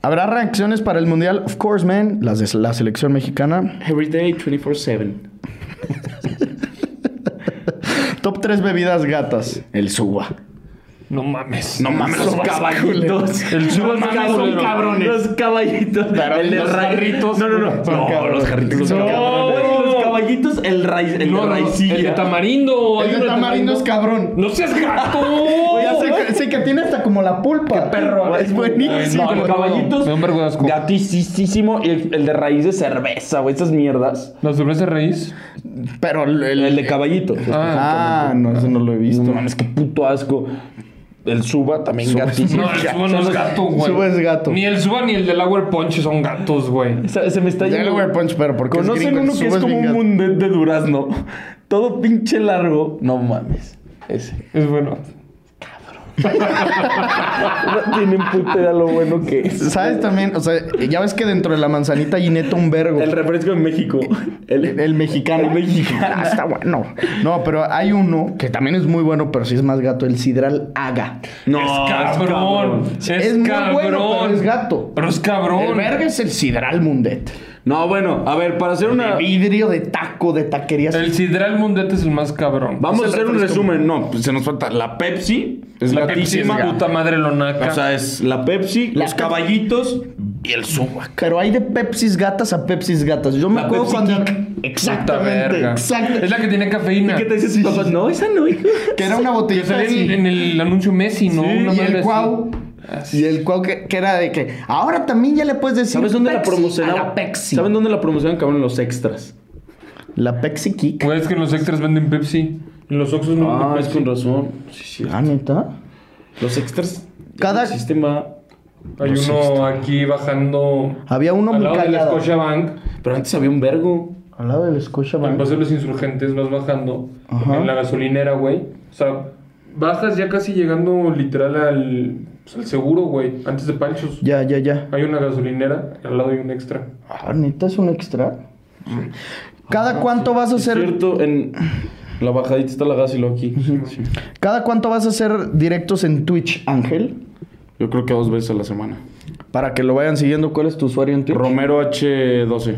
¿Habrá reacciones para el mundial? Of course, man. Las de la selección mexicana. Every day, 24-7. Top 3 bebidas gatas. El suba. No mames. No mames, los caballitos. El suba No está mames, culero. Los caballitos. Pero el de los ra- jarritos. No, no, no. Son No, cabrones. los jarritos son No. cabrones. Güey, Los caballitos, el raíz. El No, de no, raicilla. el de tamarindo. hay El uno de tamarindo es cabrón. ¡No seas gato! Ya sé que, sé que tiene hasta como la pulpa. perro. Es buenísimo. No, el caballitos. Me da un vergo de asco. Gatisísimo. Y el, el de raíz de cerveza, güey. Esas mierdas. ¿La cerveza raíz? Pero el, El, el de caballitos. Ah, no, eso no lo he visto. No mames, qué puto asco. El suba también gatísimo. No, el suba no es gato, güey. Suba es gato. Ni el suba ni el del agua el ponche son gatos, güey. Se, se me está Ya yendo. le voy a punch, pero porque es Conocen gringo, uno el que suba es como bien un gato. mundet de durazno. Todo pinche largo. No mames. Ese. Es bueno. No tienen puta idea lo bueno que es. ¿Sabes también? O sea, ya ves que dentro de la manzanita hay neta un vergo. El refresco en México. El, El mexicano. El mexicano. Ah, está bueno. No, pero hay uno que también es muy bueno, pero sí es más gato, el sidral aga. No, Ah, es cabrón. Es, Es muy bueno, cabrón. pero es gato. Pero es cabrón. El verga es el sidral mundet. No, bueno, a ver, para hacer una. De vidrio, de taco, de taquerías. El sidral mundete es el más cabrón. Vamos a hacer un refresco. resumen. No, pues se nos falta la Pepsi. Es la la Pepsi es puta madre lonaca. O sea, es la Pepsi, La los Pepsi. caballitos y el suba. Pero hay de Pepsis gatas a Pepsis gatas. Yo me La acuerdo Pepsi cuando. Kick. puta Exactamente. verga. Exacto. Es la que tiene ¿Y cafeína. qué te dices, papá? No, esa no, hijo. Que era una Que botellita sale en, así. en el anuncio Messi, ¿no? Una y madre el así. cuau. Y el cuau que, que era de que ahora también ya le puedes decir. ¿Sabes dónde la Pepsi promocionaban? a La Pepsi. ¿Saben dónde la promocionaban, cabrón? Los extras. La Pepsi Kick. Güey, es que en los extras venden Pepsi. En los Oxxos no Ah, venden es Pepsi. con razón. Sí, sí. Ah, neta. Los extras. Cada- El sistema. Hay uno aquí bajando. Había uno al muy lado de la cagado. Scotiabank. Pero antes había un vergo. Al lado del Scotiabank. Al paso de los insurgentes vas bajando. Ajá. En la gasolinera, güey. O sea, bajas ya casi llegando literal al, pues, al seguro, güey. Antes de Panchos. Ya, ya, ya. Hay una gasolinera, al lado hay un extra. Ah, neta, es un extra. Ah, ¿Cada cuánto vas a Es hacer? cierto, en la bajadita está la gas y luego aquí. ¿Cada cuánto vas a hacer directos en Twitch, Ángel? Yo creo que dos veces a la semana. Para que lo vayan siguiendo, ¿cuál es tu usuario en Twitch? Romero H12.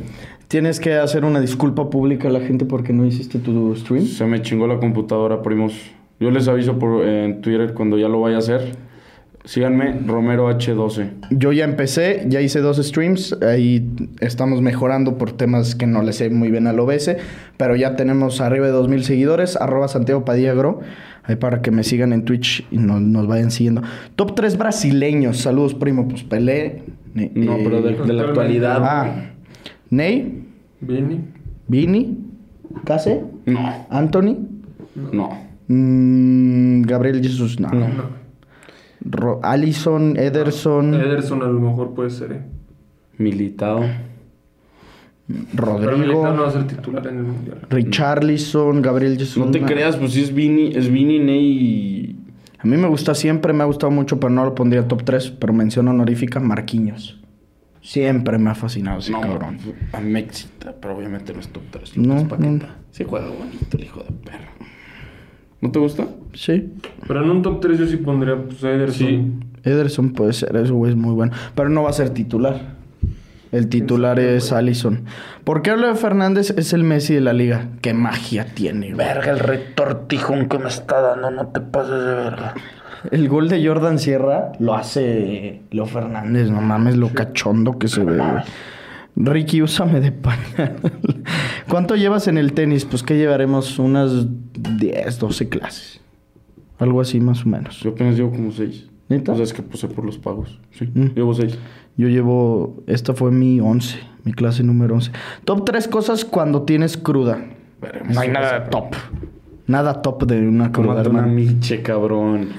Tienes que hacer una disculpa pública a la gente porque no hiciste tu stream. Se me chingó la computadora, primos. Yo les aviso por, en Twitter cuando ya lo vaya a hacer. Síganme, Romero H12. Yo ya empecé, ya hice dos streams, ahí estamos mejorando por temas que no le sé muy bien al OBS, pero ya tenemos arriba de 2.000 seguidores, arroba Santiago Padilla Gro, ahí para que me sigan en Twitch y no- nos vayan siguiendo. Top 3 brasileños, saludos primo, pues Pelé. Ne- No, eh, pero de, de la actualidad. Ah, Ney, Vini. Vini, Case, No, Anthony, no. mm, Gabriel Jesus, Ah, no. Ro- Allison, Ederson, Ederson a lo mejor puede ser, ¿eh? Militado. Pero Rodrigo. Militao no va a ser titular en el mundial. Richarlison, Gabriel Jesús. No te creas, pues sí es Vini, es Vini, Ney A mí me gusta siempre, me ha gustado mucho, pero no lo pondría top 3. Pero mención honorífica, Marquinhos. Siempre me ha fascinado y... ese cabrón. A mí me excita, pero obviamente no es top 3. No, No, no. Sí juega bonito el hijo de perra. ¿No te gusta? Sí. Pero en un top 3 yo sí pondría pues, a Ederson. Sí. Ederson puede ser, ese güey es muy bueno. Pero no va a ser titular. El titular es Allison. ¿Por qué Leo Fernández es el Messi de la liga? ¿Qué magia tiene, güey? el retortijón que me está dando, no te pases de verga. El gol de Jordan Sierra lo hace Leo Fernández. No mames, lo cachondo que se ve, güey. Ricky, úsame de pañal. ¿Cuánto llevas en el tenis? Pues que llevaremos unas 10, 12 clases. Algo así, más o menos. Yo apenas llevo como 6. ¿Neta? Pues es que puse por los pagos. Sí, mm. llevo 6. Yo llevo. Esta fue mi 11, mi clase número 11. Top 3 cosas cuando tienes cruda. Veremos no hay nada de top. Nada top de una cruda, hermano. una miche, cabrón.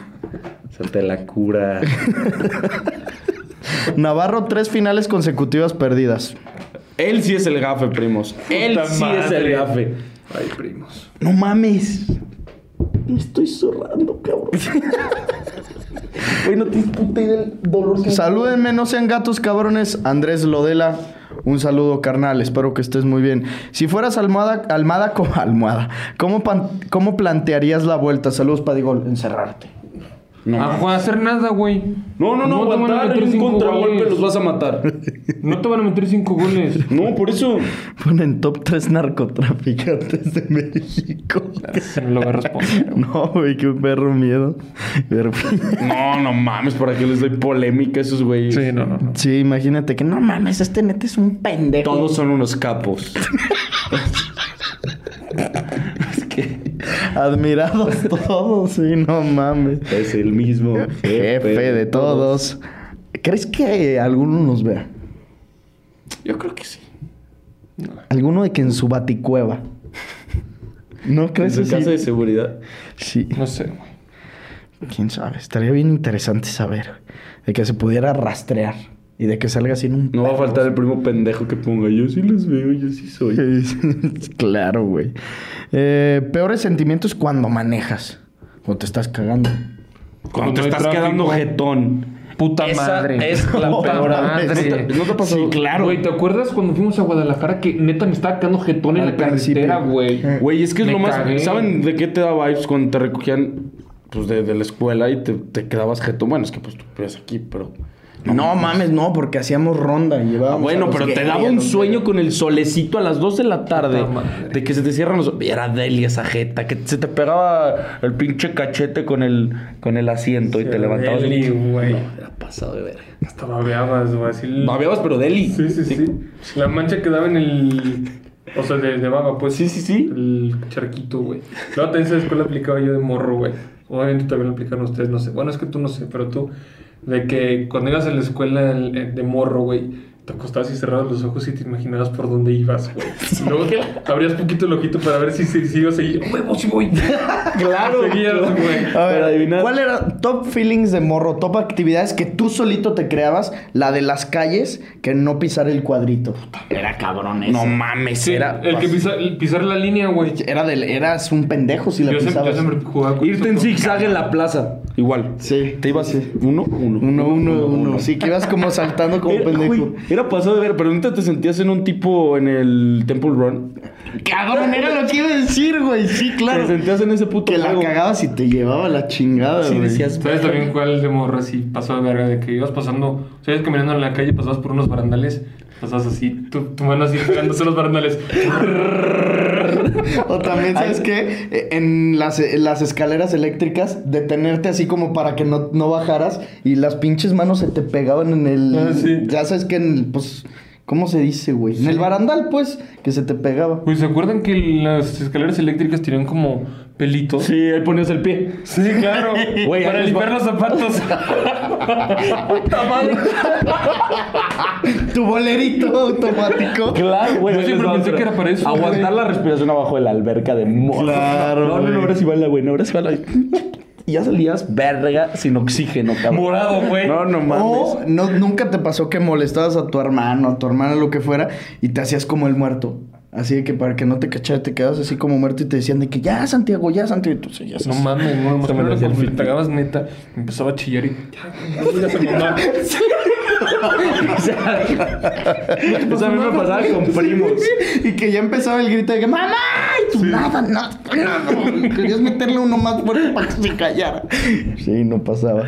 Salte la cura. Navarro, tres finales consecutivas perdidas. Él sí es el gafe, primos. Él sí madre. es el gafe. Ay, primos. No mames. Me estoy zorrando, cabrón. Güey, no tienes puta idea del dolor que Salúdenme, no sean gatos, cabrones. Andrés Lodela. Un saludo, carnal. Espero que estés muy bien. Si fueras Almada, Almada como Almada, ¿cómo, pan, ¿cómo plantearías la vuelta? Saludos, Padigol. Encerrarte. No. A jugar, hacer nada, güey. No, no, no, no aguantar, te van a meter en cinco contragolpe goles. los vas a matar. No te van a meter cinco goles. No, por eso. Ponen top 3 narcotraficantes de México. No lo voy a responder. No, güey, qué perro miedo. no, no mames, ¿para qué les doy polémica a esos güeyes? Sí, no, no, no. Sí, imagínate que no mames, este neta es un pendejo. Todos son unos capos. es que. Admirados todos, sí, no mames. Es el mismo jefe, jefe de todos. todos. ¿Crees que alguno nos vea? Yo creo que sí. No. Alguno de que en su baticueva. ¿No crees que sí? casa de seguridad? Sí. No sé, Quién sabe. Estaría bien interesante saber de que se pudiera rastrear. Y de que salga sin un. No va a faltar el primo pendejo que ponga. Yo sí los veo, yo sí soy. claro, güey. Eh, peores sentimientos cuando manejas. Cuando te estás cagando. Cuando, cuando te estás tráfico, quedando jetón. Puta Esa madre. Es la puta peor madre. madre. No te pasó. Sí, claro. Güey, ¿te acuerdas cuando fuimos a Guadalajara que neta me estaba quedando jetón en Al la carretera, güey? Güey, es que es me lo más. Cagué. ¿Saben de qué te da vibes cuando te recogían pues, de, de la escuela y te, te, quedabas jetón? Bueno, es que pues tú vivías aquí, pero. No, no mames, no, porque hacíamos ronda y llevábamos. Ah, bueno, pero te daba un sueño con el solecito a las 2 de la tarde. De que se te cierran los. Era Delia esa jeta, que se te pegaba el pinche cachete con el, con el asiento sí, y te levantabas. Deli, güey. No, era pasado de verga. Hasta babeabas, güey. Así... Babeabas, pero Deli. Sí, sí, sí, sí. La mancha quedaba en el. O sea, de, de baba, pues. Sí, sí, sí. El charquito, güey. Luego también esa escuela aplicaba yo de morro, güey. Obviamente también lo aplicaron ustedes, no sé. Bueno, es que tú no sé, pero tú. De que cuando ibas a la escuela eh, de morro, güey, te acostabas y cerrabas los ojos y te imaginabas por dónde ibas, güey. Luego abrías poquito el ojito para ver si, si, si ibas a ir. ¡Huevo, si voy! claro. Seguías, güey. A ver, adivinar. ¿Cuál era top feelings de morro? Top actividades que tú solito te creabas. La de las calles, que no pisar el cuadrito. Era cabrón ese. No mames, sí, era. El que pisa, el pisar la línea, güey. Era del, eras un pendejo si la yo pisabas. Siempre, yo siempre jugaba con Irte en zigzag en la plaza. Igual. Sí. Te ibas sí. uno, uno. Uno, uno, uno. uno. Sí, que ibas como saltando como era, pendejo. Uy, era pasado de ver, pero neta te sentías en un tipo en el Temple Run. Cabrón, era lo que iba a decir, güey. Sí, claro. Te sentías en ese puto Que juego. la cagabas y te llevaba la chingada, sí, güey. Decías, ¿Sabes también cuál de morro así pasó de verga? De que ibas pasando, o sea, ibas caminando en la calle, pasabas por unos barandales, pasabas así, tu, tu mano así pegándose los barandales. o también, ¿sabes qué? E, En las, en las, escaleras eléctricas, detenerte así como para que no, no, bajaras y las pinches manos se te pegaban en el. Ah, sí. Ya sabes que en el, pues. ¿Cómo se dice, güey? Sí. En el barandal, pues, que se te pegaba. Pues, ¿se acuerdan que las escaleras eléctricas tenían como pelitos? Sí, ahí ponías el pie. Sí, claro. Güey, para limpiar va... los zapatos. ¡Puta madre! tu bolerito automático. Claro, güey. Yo siempre pensé que era para eso. Aguantar la respiración abajo de la alberca de morro. Claro. No, no, no, ahora sí baila, güey. Ahora sí baila. Y ya salías verga sin oxígeno, cabrón. Morado, güey. No, no mames. O no, nunca te pasó que molestabas a tu hermano, a tu hermana, lo que fuera, y te hacías como el muerto. Así de que para que no te cachara, te quedabas así como muerto y te decían de que ya, Santiago, ya, Santiago. Tú, sí, ya, no mames, no mames. Pero cuando te cagabas neta, empezaba a chillar y ya, ya se mamaba. o sea, eso a mí me pasaba con primos. Y que ya empezaba el grito de que ¡Mamá! Y tú sí. nada, nada, nada. Querías meterle uno más fuerte para que se callara. Sí, no pasaba.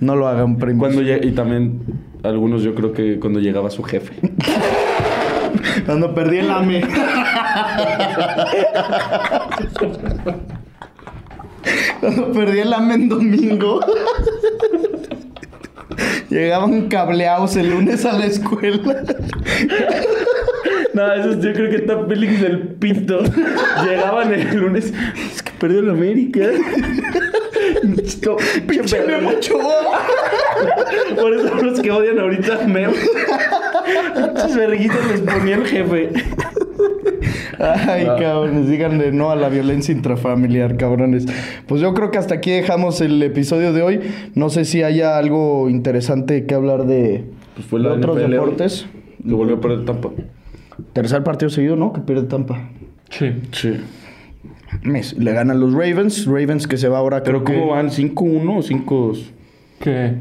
No lo hagan primos. Cuando ya, y también algunos yo creo que cuando llegaba su jefe. cuando perdí el AME. cuando perdí el AME en domingo. Llegaban cableados el lunes a la escuela No, eso es- yo creo que está Félix del Pinto. Llegaban el lunes. Es que perdió la América. Chico, Pinche perro. Memo Ochoa. Por eso los que odian ahorita a Memo. Muchas verguitas les ponía el jefe. Ah. Ay, cabrones, díganle no a la violencia intrafamiliar, cabrones. Pues yo creo que hasta aquí dejamos el episodio de hoy. No sé si haya algo interesante que hablar de, Pues fue la de otros NFL hoy. deportes. Lo volvió a perder Tampa. Tercer partido seguido, ¿no? Que pierde Tampa. Sí. Sí. Mes- Le ganan los Ravens. Ravens que se va ahora, Pero creo que. ¿cómo van? ¿5-1 o 5? ¿Qué?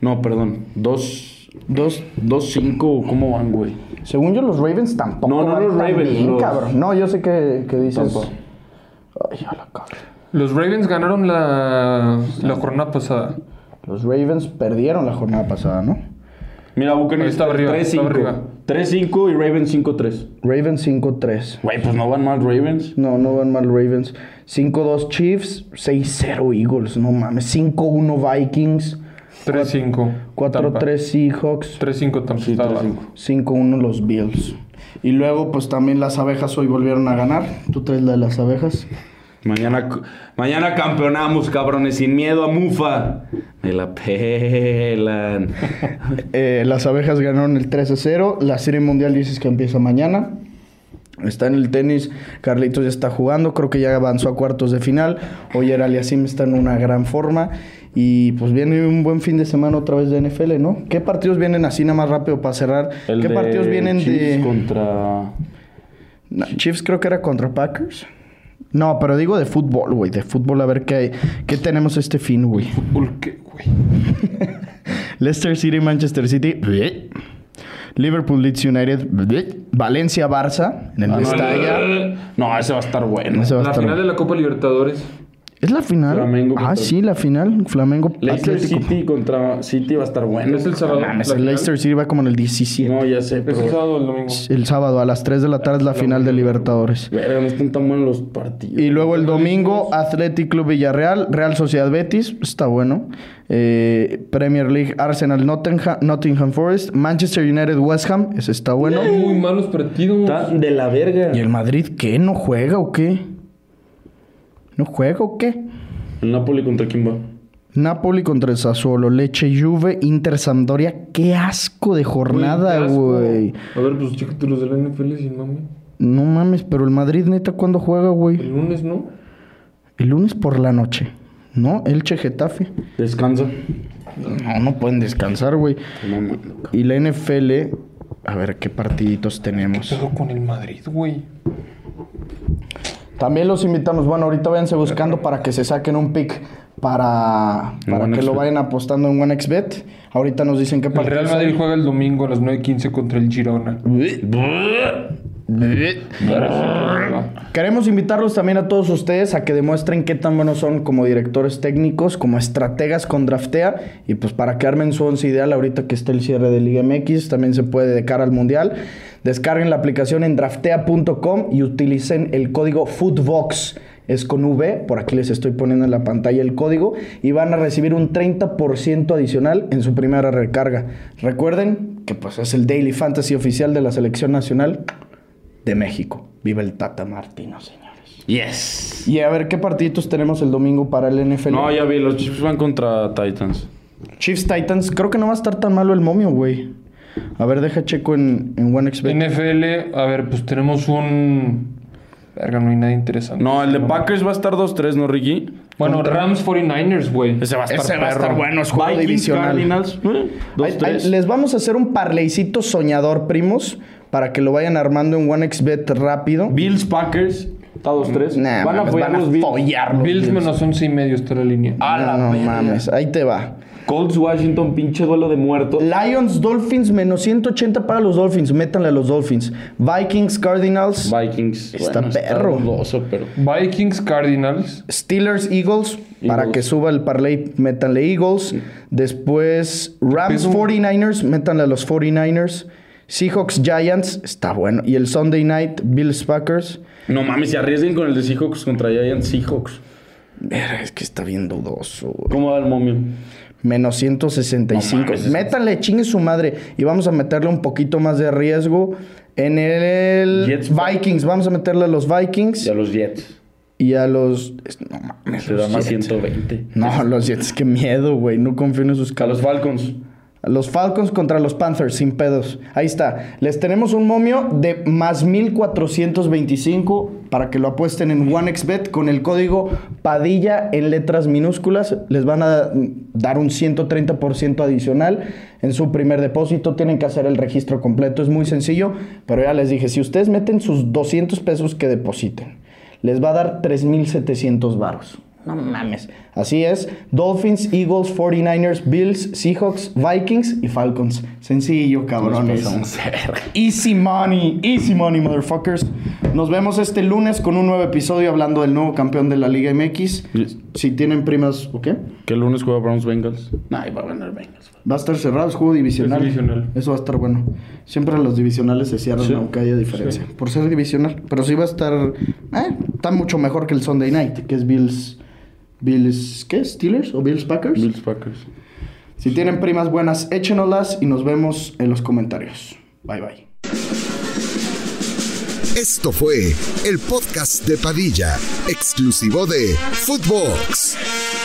No, perdón. 2 2 2-5. ¿Cómo van, güey? Según yo, los Ravens tampoco. No, no van los tan Ravens, bien, los- cabrón. No, yo sé que, que dices. Tampa. Ay, a la cabrón. Los Ravens ganaron la, la jornada pasada. Los Ravens perdieron la jornada pasada, ¿no? Mira, Buccaneers Estaba arriba, estaba 3-5. arriba. 3-5 y Ravens 5-3. Ravens 5-3. Güey, pues no van mal Ravens. No, no van mal Ravens. 5-2 Chiefs, 6-0 Eagles, no mames. 5-1 Vikings, 3-5. 4-3 Seahawks, 3-5 Tampa. Sí, estaba. 3-5. 5-1 los Bills. Y luego, pues también las abejas hoy volvieron a ganar. Tú traes la de las abejas. Mañana, mañana campeonamos, cabrones, sin miedo a Mufa. Me la pelan. Eh, las abejas ganaron el 3-0. La serie mundial dices que empieza mañana. Está en el tenis. Carlitos ya está jugando. Creo que ya avanzó a cuartos de final. Hoy era Aliasim está en una gran forma. Y pues viene un buen fin de semana otra vez de NFL, ¿no? ¿Qué partidos vienen así nada más rápido para cerrar? El ¿Qué de partidos vienen Chiefs de. contra. No, Chiefs creo que era contra Packers. No, pero digo de fútbol, güey. De fútbol, a ver qué, qué tenemos este fin, güey. ¿Por qué, güey? Leicester City, Manchester City. bleh. Liverpool, Leeds United. bleh. Valencia, Barça. En Ah, el Mestalla. Ah, No, ese va a estar bueno. Ese va a La estar- final de la Copa Libertadores. ¿Es la final? Flamengo ah, contra- sí, la final. Flamengo, Leicester Atlético. City contra City va a estar bueno. Es el sábado. No mames, la el final. Leicester City va como en el 17. No, ya sé, Es el pero. sábado o el domingo. El sábado a las 3 de la tarde es la final de Libertadores. Verga, no están tan buenos los partidos. Y luego el domingo, ah, Athletic Club Villarreal, Real Sociedad Betis, está bueno. Eh, Premier League, Arsenal Nottingham, Nottingham Forest, Manchester United West Ham, ese está bueno. Muy malos partidos. Están de la verga. ¿Y el Madrid qué? ¿No juega o qué? ¿No juega o qué? El Napoli contra quién va. Napoli contra el Sassuolo, Leche Juve, Inter Sampdoria. ¡Qué asco de Güey, jornada, qué asco. güey! A ver, pues chécate los del NFL sin mami. No mames, pero el Madrid neta, ¿cuándo juega, El güey? lunes, ¿no? El lunes por la noche. ¿No? Elche Getafe. Descansa. No, no pueden descansar, güey. No, no. Y la NFL... A ver, ¿qué partiditos tenemos? Todo con el Madrid, güey. También los invitamos. Bueno, ahorita váyanse buscando para que se saquen un pick para, En para que lo OneXBet. vayan apostando en OneXBet. Ahorita nos dicen qué El Real partidos Madrid juega el domingo a las 9.15 contra el Girona. Queremos invitarlos también a todos ustedes a que demuestren qué tan buenos son como directores técnicos, como estrategas con Draftea y pues para que armen su once ideal ahorita que está el cierre de Liga MX, también se puede de cara al Mundial. Descarguen la aplicación en draftea.com y utilicen el código FOODVOX. Es con V, por aquí les estoy poniendo en la pantalla el código y van a recibir un 30% adicional en su primera recarga. Recuerden que pues es el Daily Fantasy oficial de la selección nacional de México. Viva el Tata Martino, señores. Yes. Y a ver qué partiditos tenemos el domingo para el NFL. No, ya vi, los Chiefs van contra Titans. Chiefs Titans, creo que no va a estar tan malo el momio, güey. A ver, deja checo en, en OneXBet. NFL, a ver, pues tenemos un. Verga, no hay nada interesante. No, el de Packers va a estar 2-3, ¿no, Ricky? Bueno, Rams 49ers, güey. Ese va a estar Ese va a estar perro. bueno, es juego Vikings, divisional. Cardinals. ¿eh? Ahí- ahí 2-3. les vamos a hacer un parleycito soñador, primos, para que lo vayan armando en OneXBet rápido. Bills, Packers. Está 2-3. Nah, van a mames, apoyar van a los Bills. follar los Bills menos 11 y medio está la línea. A la No verga. mames, ahí te va. Colts, Washington, pinche duelo de muertos. Lions, Dolphins, menos 180 para los Dolphins. Métanle a los Dolphins. Vikings, Cardinals. Vikings. Está perro. dudoso, pero... Vikings, Cardinals. Steelers, Eagles, para Eagles. que suba el parlay, métanle Eagles. Después Rams, Empieza un- 49ers, métanle a los 49ers. Seahawks, Giants, está bueno. Y el Sunday Night, Bills, Packers. No mames, se arriesguen con el de Seahawks contra Giants Seahawks. Verga, Es que está bien dudoso. güey. ¿Cómo va el momio? menos 165. Métale, chingue su madre. Y vamos a meterle un poquito más de riesgo en el Jets. Vikings. Vamos a meterle a los Vikings. Y a los Jets. Y a los. es- No mames. Se da los más Jets. 120. No, los Jets, qué miedo, güey. No confío en sus A los calos. Falcons. Los Falcons contra los Panthers, sin pedos. Ahí está. Les tenemos un momio de más 1425 para que lo apuesten en OneXBet con el código Padilla en letras minúsculas. Les van a dar un 130% adicional en su primer depósito. Tienen que hacer el registro completo. Es muy sencillo, pero ya les dije, si ustedes meten sus 200 pesos que depositen, les va a dar 3.700 varos. No mames. Así es. Dolphins, Eagles, 49ers, Bills, Seahawks, Vikings y Falcons. Sencillo, cabrones. Easy money. Easy money, motherfuckers. Nos vemos este lunes con un nuevo episodio hablando del nuevo campeón de la Liga MX. Si tienen primas, ¿o qué? Que el lunes juega Browns Bengals. Nah, va a ganar Bengals. Va a estar cerrado, es juego divisional. Es divisional. Eso va a estar bueno. Siempre los divisionales se cierran, Sí. aunque haya diferencia. Por ser divisional. Pero sí va a estar. eh, está mucho mejor que el Sunday night, que es Bills. Bills, ¿qué? ¿Steelers o Bills Packers? Bills Packers. Si tienen primas buenas, échenolas y nos vemos en los comentarios. Bye bye. Esto fue el podcast de Padilla, exclusivo de Footbox.